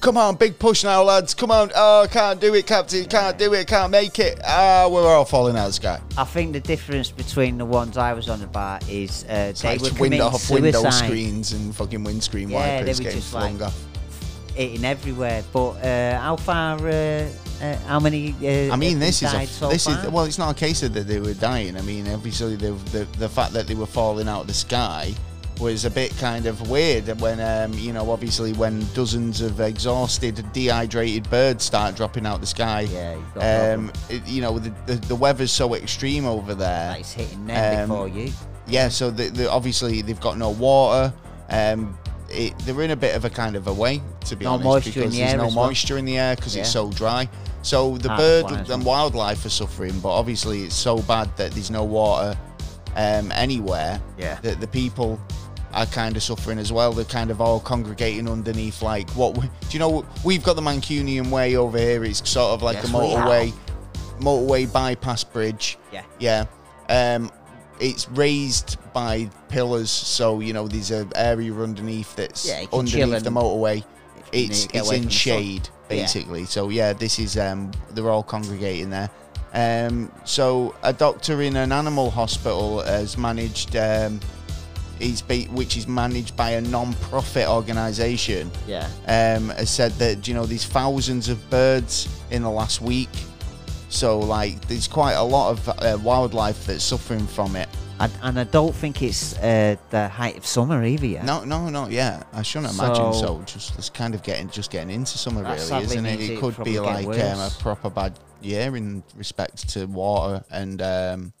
come on, big push now, lads. Come on. Oh, can't do it, Captain. Can't do it. Can't make it. Ah, we're all falling out of the sky. I think the difference between the ones I was on about is uh, It's they like were just window, committing off suicide, window screens and fucking windscreen Yeah, they wipers were getting just flung like- off. hitting everywhere. But uh, how far? Uh, uh, how many? Uh, I mean, have this is a, died so this far? is well, it's not a case of that they were dying. I mean, obviously the the, the fact that they were falling out of the sky was a bit kind of weird when, um, you know, obviously when dozens of exhausted, dehydrated birds start dropping out the sky. Yeah, you've got a Um, it- you know, the, the, the weather's so extreme over there. That is hitting them um, before you. Yeah, so the, the, obviously they've got no water. Um, it, they're in a bit of a kind of a way, to be No honest, moisture in because the there's air no as well. moisture in the air because it's Yeah. so dry. So the Ah, bird why as and wildlife are suffering, but obviously it's so bad that there's no water um, anywhere. Yeah. That the people are kind of suffering as well. They're kind of all congregating underneath, like what? we- Do you know? We've got the Mancunian Way over here. It's sort of like Yes, a we motorway, motorway bypass bridge. Yeah. Yeah. Um, it's raised by pillars, so you know there's an area underneath that's Yeah, you can chill underneath the and- motorway. you need It's to get it's away in from the sun. shade Yeah. basically. So yeah, this is um, they're all congregating there. Um, so a doctor in an animal hospital has managed, um, he's be, which is managed by a non-profit organisation Yeah. um, has said that you know there's thousands of birds in the last week, so like there's quite a lot of uh, wildlife that's suffering from it. And, and I don't think it's uh, the height of summer either. Yet. No, no, no, yeah, I shouldn't imagine So- so. Just it's kind of getting just getting into summer That really, sadly isn't it? means It it could probably be get like um, a worse. proper bad year in respect to water and um,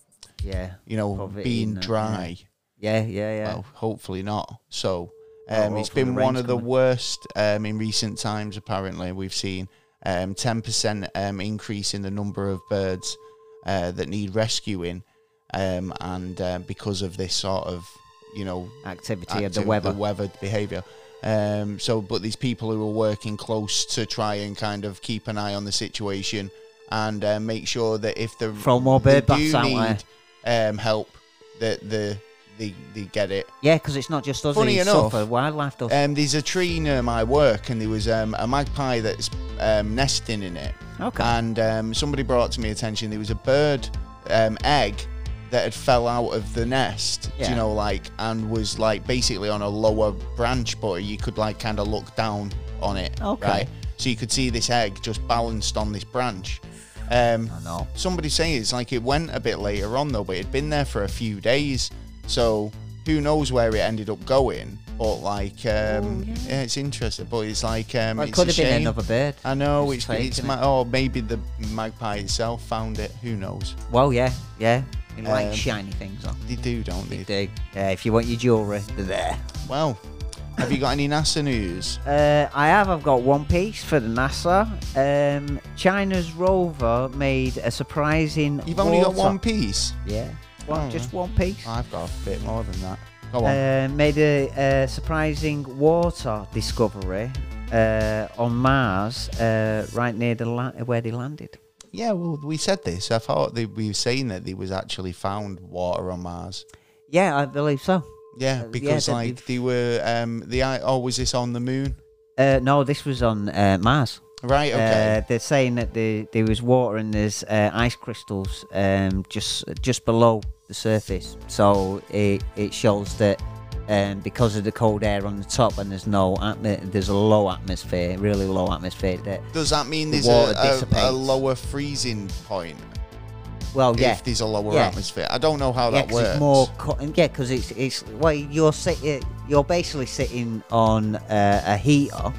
Yeah. you know Poverty being and, uh, dry. Yeah, yeah, yeah. Well, hopefully not. So Well, um, it's hopefully been the one rain's of the coming. worst um, in recent times. Apparently, we've seen um, 10% um, increase in the number of birds uh, that need rescuing, um, and uh, because of this sort of you know Activity of active- the weather. behavior. Um, so, but these people who are working close to try and kind of keep an eye on the situation and uh, make sure that if the Throw more they bird baths do out eh? there. need um, help, that the they, they get it. Yeah, because it's not just us. Funny who enough, suffer, wildlife does. Um, there's a tree near my work, and there was um, a magpie that's um, nesting in it. okay. And um, somebody brought to my attention there was a bird um, egg that had fell out of the nest, do you Yeah. know, like, and was like basically on a lower branch, but you could like kind of look down on it. Okay. Right? So you could see this egg just balanced on this branch. Um, I know. somebody saying it's like it went a bit later on though, but it'd been there for a few days, so who knows where it ended up going? But like, um, yeah. it's interesting. But it's like, um, Oh, Well, it it's could a have been shame. another bird. I know It's it's, it's taken ma- or maybe the magpie itself found it. Who knows? Well, yeah, yeah. You like Um, shiny things on. They do, don't You they? do. Yeah, if you want your jewellery, they're there. Well, have you got any NASA news? Uh, I have. I've got one piece for the NASA. Um, China's rover made a surprising. You've only got water- one piece. Yeah. One, Oh, just one piece. I've got a bit more than that. Go on. Uh, made a, uh surprising water discovery uh, on Mars, uh, right near the la- where they landed. yeah, well, we said this. I thought they, we were saying that there was actually found water on Mars. Yeah, I believe so. Yeah, Uh, yeah, because that like we've- they were um the I oh was this on the moon? Uh, no, this was on uh, Mars. Right, okay. Uh, they're saying that the, there was water and there's uh, ice crystals um, just just below the surface. So it, it shows that um, because of the cold air on the top and there's no atmo- there's a low atmosphere, really low atmosphere. That Does that mean the there's water a, a, a dissipates. lower freezing point well, yeah, if there's a lower Yeah. atmosphere? I don't know how yeah, that 'cause works. it's more co- yeah, because it's it's well you're sit- you're basically sitting on uh, a heater.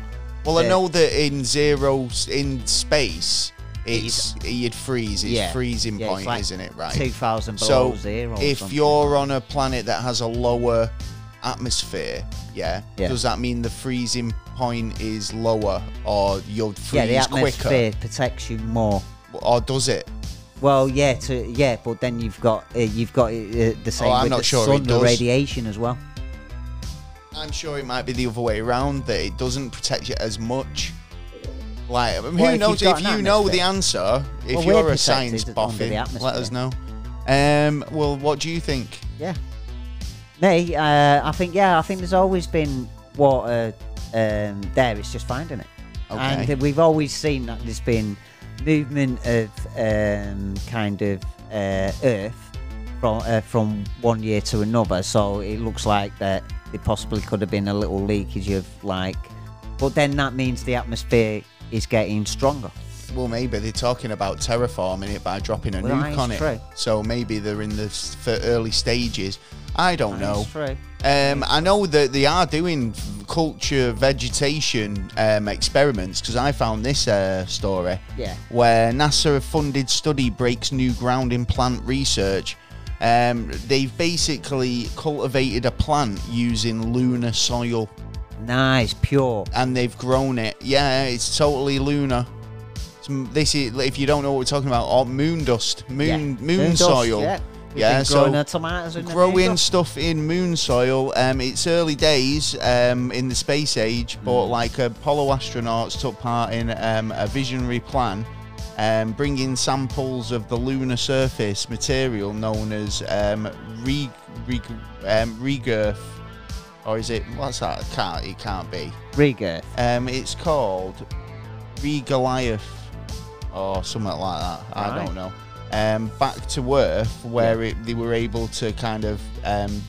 Well, I Yeah. know that in zero s- in space, it's you'd freeze. It's Yeah. freezing Yeah, it's point, like isn't it? Right. Two thousand below so zero. or if something. you're on a planet that has a lower atmosphere, yeah, Yeah. does that mean the freezing point is lower, or you'll yeah, freeze the quicker, atmosphere protects you more. or does it? Well, yeah, to, yeah, but then you've got uh, you've got uh, the same Oh, I'm with not the sure sun, it the does. radiation as well. I'm sure it might be the other way around that it doesn't protect you as much. Like, I mean, Well, if who you've knows? If got you an know the atmosphere. answer, if Well, we're you're a protected science under boffin, the let atmosphere. us know. Um, well, what do you think? Yeah. Me, uh, I think yeah, I think there's always been water um, there. It's just finding it, Okay. and uh, we've always seen that there's been movement of um, kind of uh, Earth from uh, from one year to another. So it looks like that it possibly could have been a little leakage of like, but then that means the atmosphere is getting stronger. Well, maybe they're talking about terraforming it by dropping a Well, that nuke is on it. true. So maybe they're in the s- for early stages. I don't That know. is true. Um, I know that they are doing culture vegetation um, experiments because I found this uh, story Yeah. where NASA funded study breaks new ground in plant research. Um, they've basically cultivated a plant using lunar soil Nice, pure. and they've grown it. Yeah, it's totally lunar. It's m- this is if you don't know what we're talking about, or moon dust, moon Yeah. moon, dust, soil. Yeah, We've Yeah, been so growing our tomatoes in the growing field. stuff in moon soil. Um, it's early days um, in the space age, but like Apollo astronauts took part in um, a visionary plan, um, bringing samples of the lunar surface material known as um, re, re, um, regurf, or is it what's that? It can't it can't be. Regurg. Um, it's called Regoliath or something like that. I Right. don't know. Um, back to Earth, where it, they were able to kind of um,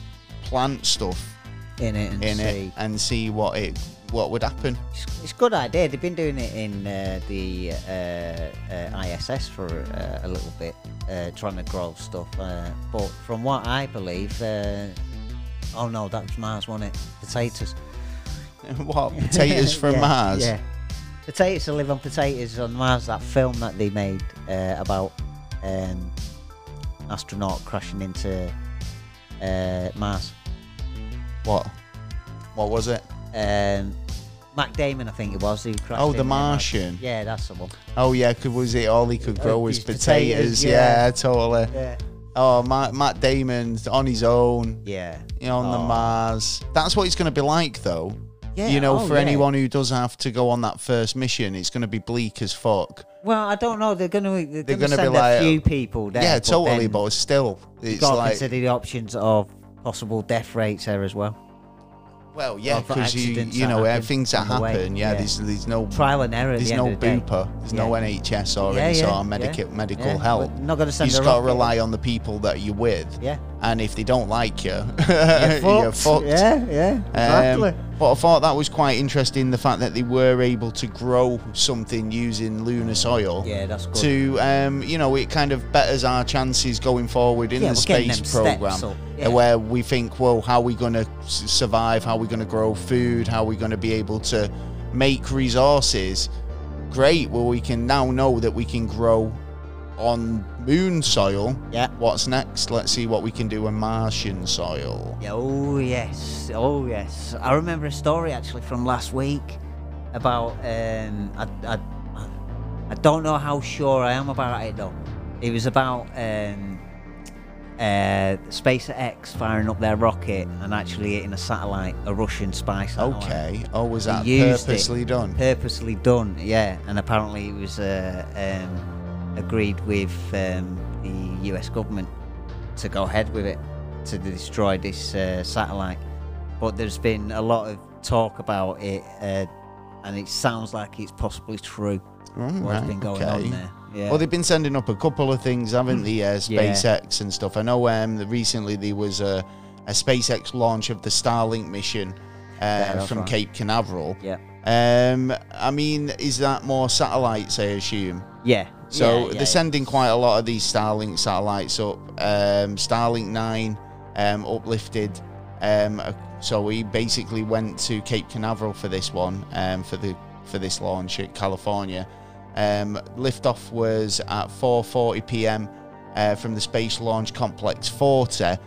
plant stuff in it and in see. it and see what it what would happen. It's, it's a good idea. They've been doing it in uh, the uh, uh, ISS for uh, a little bit, uh, trying to grow stuff. Uh, but from what I believe, uh, oh no, that was Mars, wasn't it? Potatoes. what potatoes from Yeah, Mars? Yeah. Potatoes to live on potatoes on Mars. That film that they made uh, about um, astronaut crashing into uh, Mars. What? What was it? Um, Mac Damon, I think it was, who crashed. Oh, The into Mars. Martian. Yeah, that's the one. Oh yeah, cause was it all he could grow was Uh, these potatoes? potatoes, yeah. yeah. totally. Yeah. Oh, Matt, Matt Damon's on his own. Yeah. you know, on the Oh. Mars. That's what it's going to be like, though. Yeah, you know, oh, for yeah. anyone who does have to go on that first mission, it's going to be bleak as fuck. Well, I don't know. They're gonna they're, They're gonna, gonna be send like, um, a few people there. Yeah, but totally, then but still, you it's gotta like consider the options of possible death rates there as well. well, yeah, of because you accidents you that know uh, happen things that on the way, happen. Yeah, yeah. there's there's no Trial and error. at there's the no end of the day. booper, there's no Yeah. NHS or Yeah, any yeah, sort of yeah. medical medical Yeah, help. we're not gonna you send just a got to rocket. rely on the people that you're with. Yeah. and if they don't like you, Fucked. you're fucked. Yeah, yeah, Um, exactly. but I thought that was quite interesting the fact that they were able to grow something using lunar soil. Yeah, that's good. To um, you know, it kind of betters our chances going forward in Yeah, the we're getting space them steps program, uh, up, yeah. where we think, well, how are we going to survive? How are we going to grow food? How are we going to be able to make resources? Great. Well, we can now know that we can grow on moon soil. Yeah. What's next? Let's see what we can do on Martian soil. Yeah, oh yes, oh yes. I remember a story actually from last week about um, I, I, I don't know how sure I am about it though. It was about um, uh, SpaceX firing up their rocket and actually hitting a satellite, a Russian spy satellite. Okay. Oh, was They that used it. purposely done? Purposely done, yeah. And apparently it was uh, um, agreed with um, the US government to go ahead with it to destroy this uh, satellite. But there's been a lot of talk about it, uh, and it sounds like it's possibly true what's Right, been going okay. on there. Yeah. Hmm. Well, they've been sending up a couple of things, haven't they? Uh, Yeah. SpaceX and stuff. I know um, that recently there was a, a SpaceX launch of the Starlink mission uh, that's from right. Cape Canaveral. yeah. Um, I mean, is that more satellites? I assume. Yeah. So yeah, they're yeah. sending quite a lot of these Starlink satellites up. Um, Starlink 9 um, uplifted. Um, uh, so we basically went to Cape Canaveral for this one, um, for the for this launch at California. Um, liftoff was at 4:40 p.m. Uh, from the Space Launch Complex 40. Uh,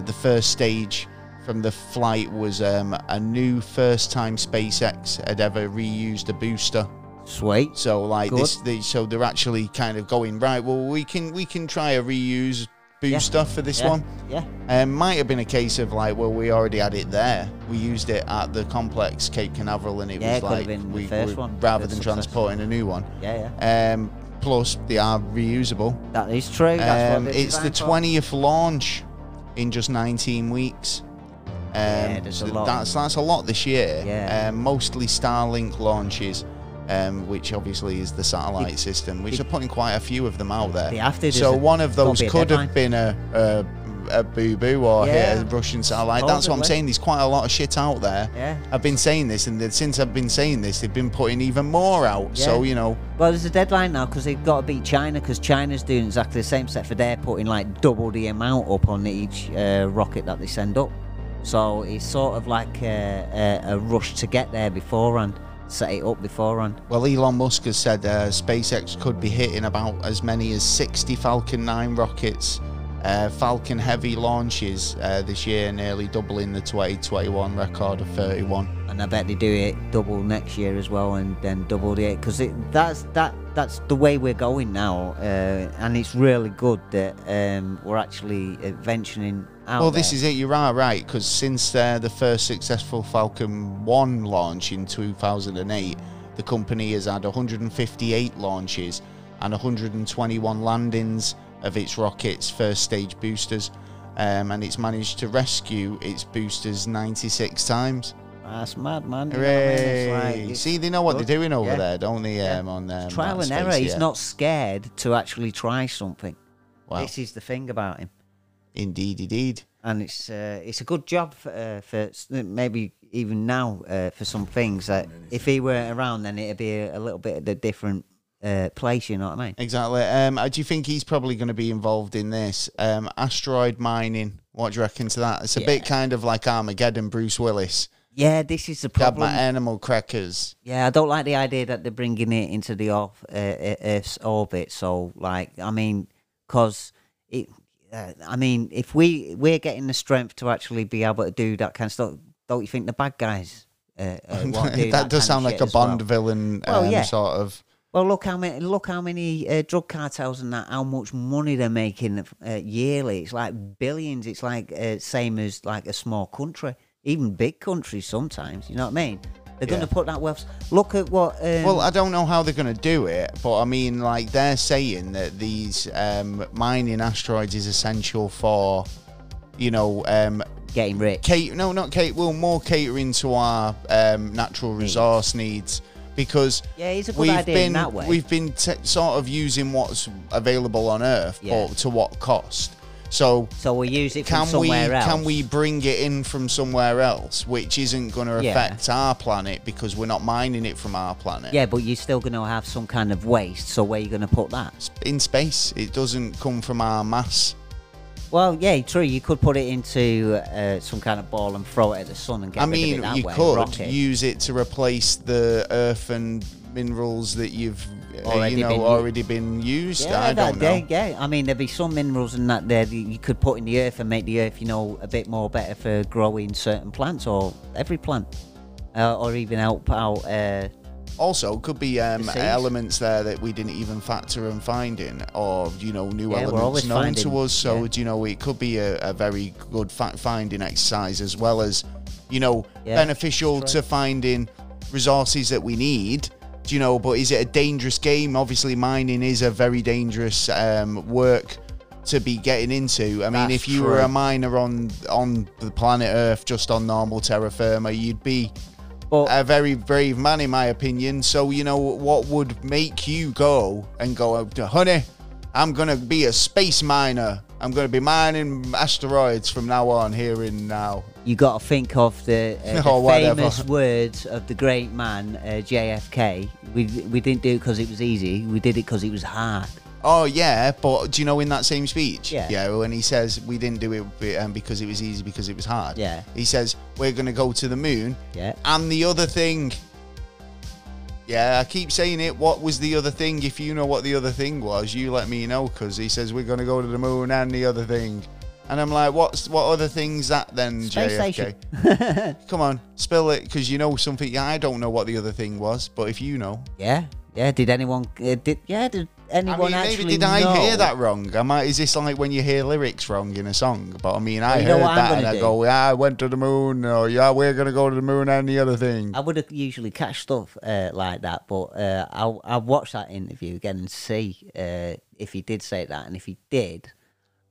the first stage from the flight was um, a new first time SpaceX had ever reused a booster. Sweet. So like Good. this, they, so they're actually kind of going right. Well, we can we can try a reuse booster for this yeah. one. Yeah. Um, might have been a case of like, well, we already had it there. We used it at the complex Cape Canaveral, and it was Yeah, it could have like been the we, first we- one rather that's than successful. transporting a new one. Yeah, yeah. Um, plus they are reusable. That is true. That's Um, what it's the twentieth launch in just nineteen weeks. Um, Yeah, there's a th- lot. That's that's a lot this year. Yeah. Um, mostly Starlink launches, um, which obviously is the satellite system, which are putting quite a few of them out there. They have to, So there's a- one of gotta those be a could have deadline. been a. a a boo boo or Yeah. hit a Russian satellite. That's what I'm Supposedly. saying. There's quite a lot of shit out there. Yeah. I've been saying this, and then since I've been saying this, they've been putting even more out. So Yeah. you know, Well, there's a deadline now because they've got to beat China because China's doing exactly the same set for they're putting like double the amount up on each uh, rocket that they send up. So it's sort of like a, a, a rush to get there beforehand, set it up beforehand. Well, Elon Musk has said uh, SpaceX could be hitting about as many as 60 Falcon 9 rockets, uh, Falcon Heavy launches uh, this year, nearly doubling the 2021 record of 31. And I bet they do it double next year as well, and then double it because that's that that's the way we're going now, uh, and it's really good that um, we're actually uh, venturing out. well, this is it. You are right because since uh, the first successful Falcon 1 launch in 2008, the company has had 158 launches and 121 landings of its rockets' first stage boosters, um, and it's managed to rescue its boosters 96 times. that's mad, man. you know what I mean? It's Hooray! like- it's See, they know what good. they're doing over Yeah. there, don't they? Um, on um, trial that and error. space, He's yeah. not scared to actually try something. Wow. This is the thing about him. Indeed, indeed. and it's uh, it's a good job for, uh, for s- maybe even now uh, for some things that if he were around then it'd be a, a little bit of a different uh, place you know what I mean Exactly. Um, uh, do you think he's probably going to be involved in this um, asteroid mining? What do you reckon to that? It's a bit kind of like Armageddon, Bruce Willis. yeah this is the Grab my problem animal crackers. yeah I don't like the idea that they're bringing it into the off, uh, uh, Earth's orbit so like I mean because it uh, I mean if we we're getting the strength to actually be able to do that kind of stuff don't you think the bad guys uh, uh, won't that, do that, kind of does sound like shit a as well? Bond villain Well, um, yeah. sort of. Well, look how many look how many uh, drug cartels and that how much money they're making uh, yearly. It's like billions. It's like uh, same as like a small country, even big countries sometimes. You know what I mean? They're going Yeah. to put that wealth. Look at what. Um, Well, I don't know how they're going to do it, but I mean, like they're saying that these um, mining asteroids is essential for, you know, um, getting rich. Kate, no, not Kate. Well, more catering to our um, natural resource needs because Yeah, it's a good we've idea in been that way. we've been t- sort of using what's available on Earth, Yeah. but to what cost? So So we use it from can we somewhere else. can we bring it in from somewhere else, which isn't going to Yeah. affect our planet because we're not mining it from our planet? Yeah, but you're still going to have some kind of waste. So where are you going to put that? It's in space, it doesn't come from our mass. Well, yeah, true. You could put it into uh, some kind of ball and throw it at the sun and get I rid mean, of it that you way. could rocket. use it to replace the earth and minerals that you've uh, Already you know been u- already been used. Yeah, I that don't know. day, yeah. I mean, there'd be some minerals and that there that you could put in the earth and make the earth, you know, a bit more better for growing certain plants or every plant, uh, or even help out. Uh, Also, could be um, Disease. elements there that we didn't even factor in finding, or you know, new Yeah, elements we're always known to finding, us. So yeah. do you know, it could be a, a very good fact finding exercise as well as you know Yeah, beneficial to finding resources that we need. Do you know? But is it a dangerous game? Obviously, mining is a very dangerous um, work to be getting into. I mean, That's if you were true. a miner on on the planet Earth, just on normal terra firma, you'd be but a very brave man, in my opinion. So, you know, what would make you go and go up to, honey, I'm going to be a space miner. I'm going to be mining asteroids from now on, here and now. you got to think of the, uh, Or the Oh, whatever. famous words of the great man uh, JFK. We we didn't do it because it was easy. We did it because it was hard. Oh, yeah, but do you know in that same speech? Yeah. when he says, we didn't do it be- um, because it was easy, because it was hard. Yeah. He says, we're going to go to the moon. Yeah. And the other thing. Yeah, I keep saying it. What was the other thing? If you know what the other thing was, you let me know because he says we're going to go to the moon and the other thing. And I'm like, what's what other things that then, Space JFK? station. Come on, spill it because you know something. Yeah, I don't know what the other thing was, but if you know, Yeah. Yeah. Did anyone? Uh, did yeah? Did I anyone mean, maybe actually did I know? hear that wrong? Am I? Is this like when you hear lyrics wrong in a song? But I mean, I you know heard what I'm that and gonna I do? go, yeah, I went to the moon, or yeah, we're going to go to the moon and the other thing. I would have usually catch stuff uh, like that, but uh, I'll, I'll watch that interview again and see uh, if he did say that. And if he did,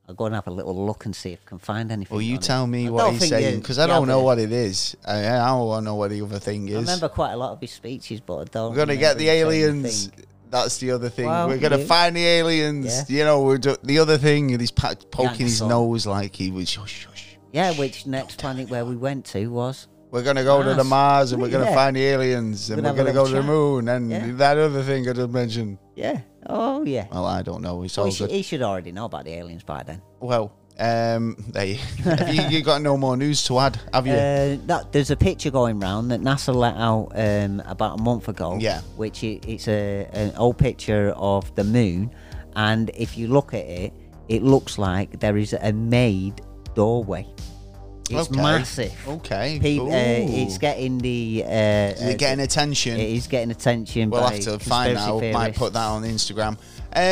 I'll go and have a little look and see if I can find anything. Well, you on it. tell me I what don't he's think you- saying because I yeah, don't know but what it is. I, I don't know what the other thing I is. remember quite a lot of his speeches, but I don't. We're gonna remember get the him saying aliens. thing. That's the other thing. Well, we're gonna you- find the aliens. You know, we're do- the other thing. And he's pa- poking his Dinosaur. nose like he was. Shush, shush. Yeah, which next planet where we went to was. We're gonna go to the Mars. Mars and we're gonna Yeah. find the aliens and We're we're gonna gonna have a go to little the moon and Yeah. that other thing I just mentioned. Yeah. Oh yeah. Well, I don't know. It's Well, all he, should, good. he should already know about the aliens by then. Well, Um, there you, have you, you got no more news to add, have you? Uh, that, there's a picture going round that NASA let out um, about a month ago. Yeah. Which i it's a, an old picture of the moon, and if you look at it, it looks like there is a made doorway. It's Okay. massive. okay. Pe- cool. uh, it's getting the. Uh, Is it getting attention? It is getting attention. We'll by have to find conspiracy out. Might theorists. put that on Instagram. Um,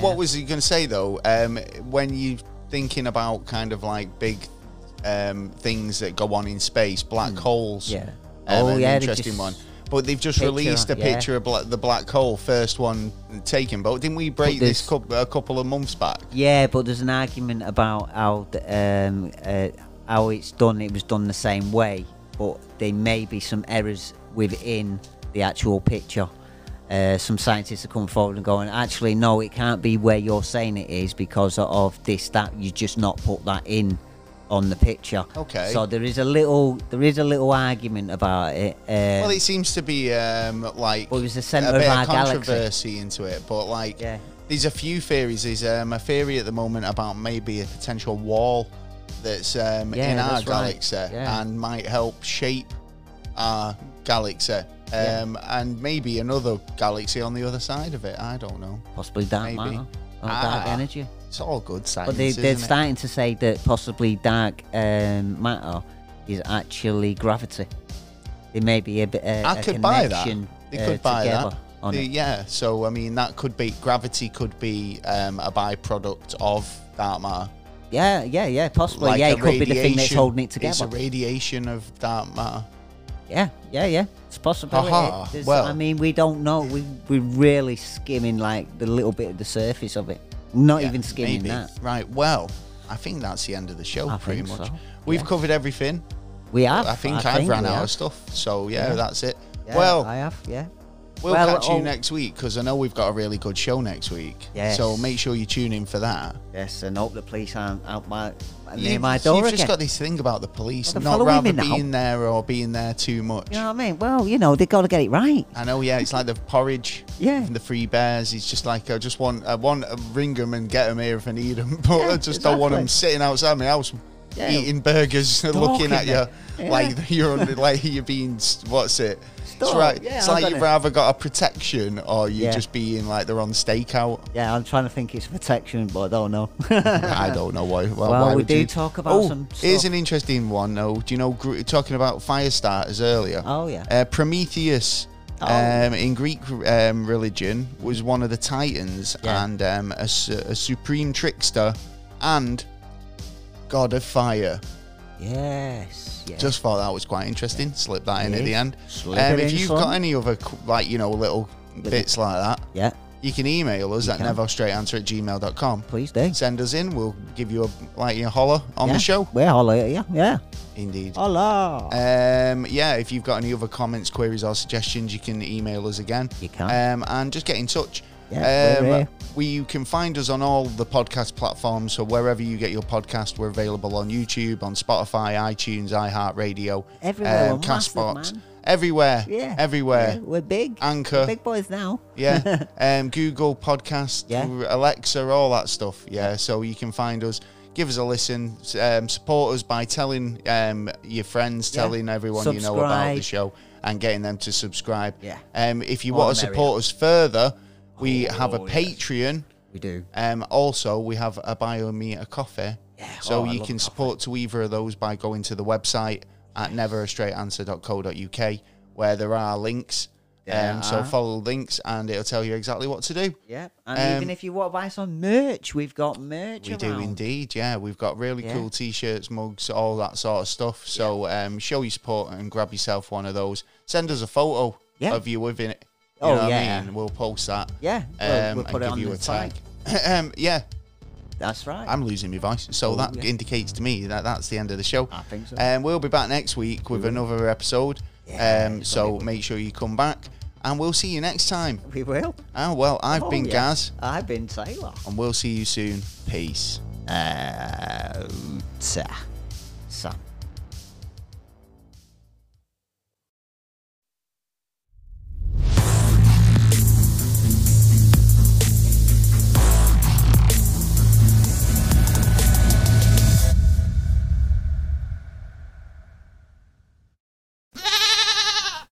What was he going to say though? Um, when you thinking about kind of like big um, things that go on in space, black holes. Hmm. Yeah. Um, Oh, an yeah, they interesting just- one. But they've just Picture, released a yeah. picture of bla- the black hole, first one taken. But didn't we break But this there's- coup a couple of months back? Yeah, but there's an argument about how the, um, uh, how it's done. It was done the same way, but there may be some errors within the actual picture. Uh, some scientists have come forward and going, actually, no, it can't be where you're saying it is because of this, that. You just not put that in on the picture. Okay. So there is a little, there is a little argument about it. Um, Well, it seems to be um, like Well, it was the centre a bit of our galaxy. controversy into it, but like Yeah. there's a few theories. There's um, a theory at the moment about maybe a potential wall that's um, Yeah, in our that's right. galaxy Yeah. and might help shape our galaxy, um, Yeah. and maybe another galaxy on the other side of it. I don't know. possibly dark maybe. matter or Ah. dark energy. It's all good science. But they, isn't they're it? starting to say that possibly dark um, matter is actually gravity. There may be a bit. a- I a could buy that. connection, They uh, could buy that. together On The- it. Yeah, so I mean that could be gravity could be um, a byproduct of dark matter. Yeah, yeah, yeah. Possibly. like yeah, a it could be the thing that's radiation- holding it It's a together. radiation of dark matter. yeah, yeah, yeah. It's possible. Aha, well. I mean, we don't know. We we're really skimming like the little bit of the surface of it. Not Yeah, even skimming maybe. that. Right. Well, I think that's the end of the show. I pretty think much. so, We've yeah. covered everything. We have. I think I have think ran we out have. of stuff. So yeah, Yeah. that's it. Yeah, well, I have. Yeah. we'll well, catch you oh. next week because I know we've got a really good show next week. Yes. So make sure you tune in for that. Yes, and hope the police aren't out my near You- my door you've again. just got this thing about the police Well, they're not following rather me now. being there or being there too much. You know what I mean? Well, you know, they got to get it right. I know, yeah. It's like the porridge. Yeah. And the free bears. It's just like I just want, I want to ring them and get them here if I need them, but I Yeah, just don't want them exactly. sitting outside my house Yeah. eating burgers, and looking at you them. like you're under, like you're being s- what's it? It's Stalked, right. yeah, it's I'm like gonna- you've rather got a protection or you're Yeah. just being like they're on stakeout. Yeah, I'm trying to think it's protection, but I don't know. I don't know why. Well, Well, why we would do you- talk about oh, some Here's stuff. an interesting one, though. Do you know gr- talking about fire starters earlier? Oh, yeah. Uh, Prometheus. Oh. Um, in Greek um, religion, was one of the titans Yeah. and um, a, su- a supreme trickster and god of fire. yes. Yeah. Just thought that was quite interesting. Slip that in at Yeah. the end. Slip Um, it if in, you've son. got any other qu- like you know little bits like that, yeah. you can email us at can. neverstraightanswer at gmail.com. Please do. Send us in. We'll give you a like a holler on Yeah, the show. We're holla at you. Yeah. Indeed. Holla. Um, yeah, if you've got any other comments, queries, or suggestions, you can email us again. You can. Um, and just get in touch. Um, Yeah, we're here. we, you can find us on all the podcast platforms. So wherever you get your podcast, we're available on YouTube, on Spotify, iTunes, iHeartRadio, um, Everywhere, we're massive, man. everywhere, yeah. everywhere. Yeah, we're big. Anchor. We're big boys now. Yeah. um, Google Podcast, Yeah. Alexa, all that stuff. Yeah. So you can find us. Give us a listen. s- Um, support us by telling um, your friends, Yeah. telling everyone you know about the Subscribe. show, and getting them to subscribe. Yeah. Um, if you All want the to merrier. support us further, we Oh, have a yes. Patreon. We do. Um, also, we have a buy me a coffee. Yeah. So Oh, I you love can coffee. support to either of those by going to the website at neverastraightanswer.co.uk where there are links. There um, so are. follow the links and it'll tell you exactly what to do. Yeah. And Um, even if you want to buy some merch, we've got merch. We do around. indeed, yeah. We've got really Yeah. cool t-shirts, mugs, all that sort of stuff. So um, show your support and grab yourself one of those. Send us a photo Yeah. of you within it. You Oh, know what I yeah. mean? We'll post that. Yeah. Well, Um, we'll put and it give on you the a tag. site. um, yeah, That's right. I'm losing my voice, so that Oh, yeah. indicates to me that that's the end of the show. I think so. And we'll be back next week with another episode. Yeah, um, it's so gonna be make sure you come back, and we'll see you next time. we will. Oh well, I've Oh, been yeah. Gaz, I've been Taylor. and we'll see you soon. Peace. Uh, out. Sam.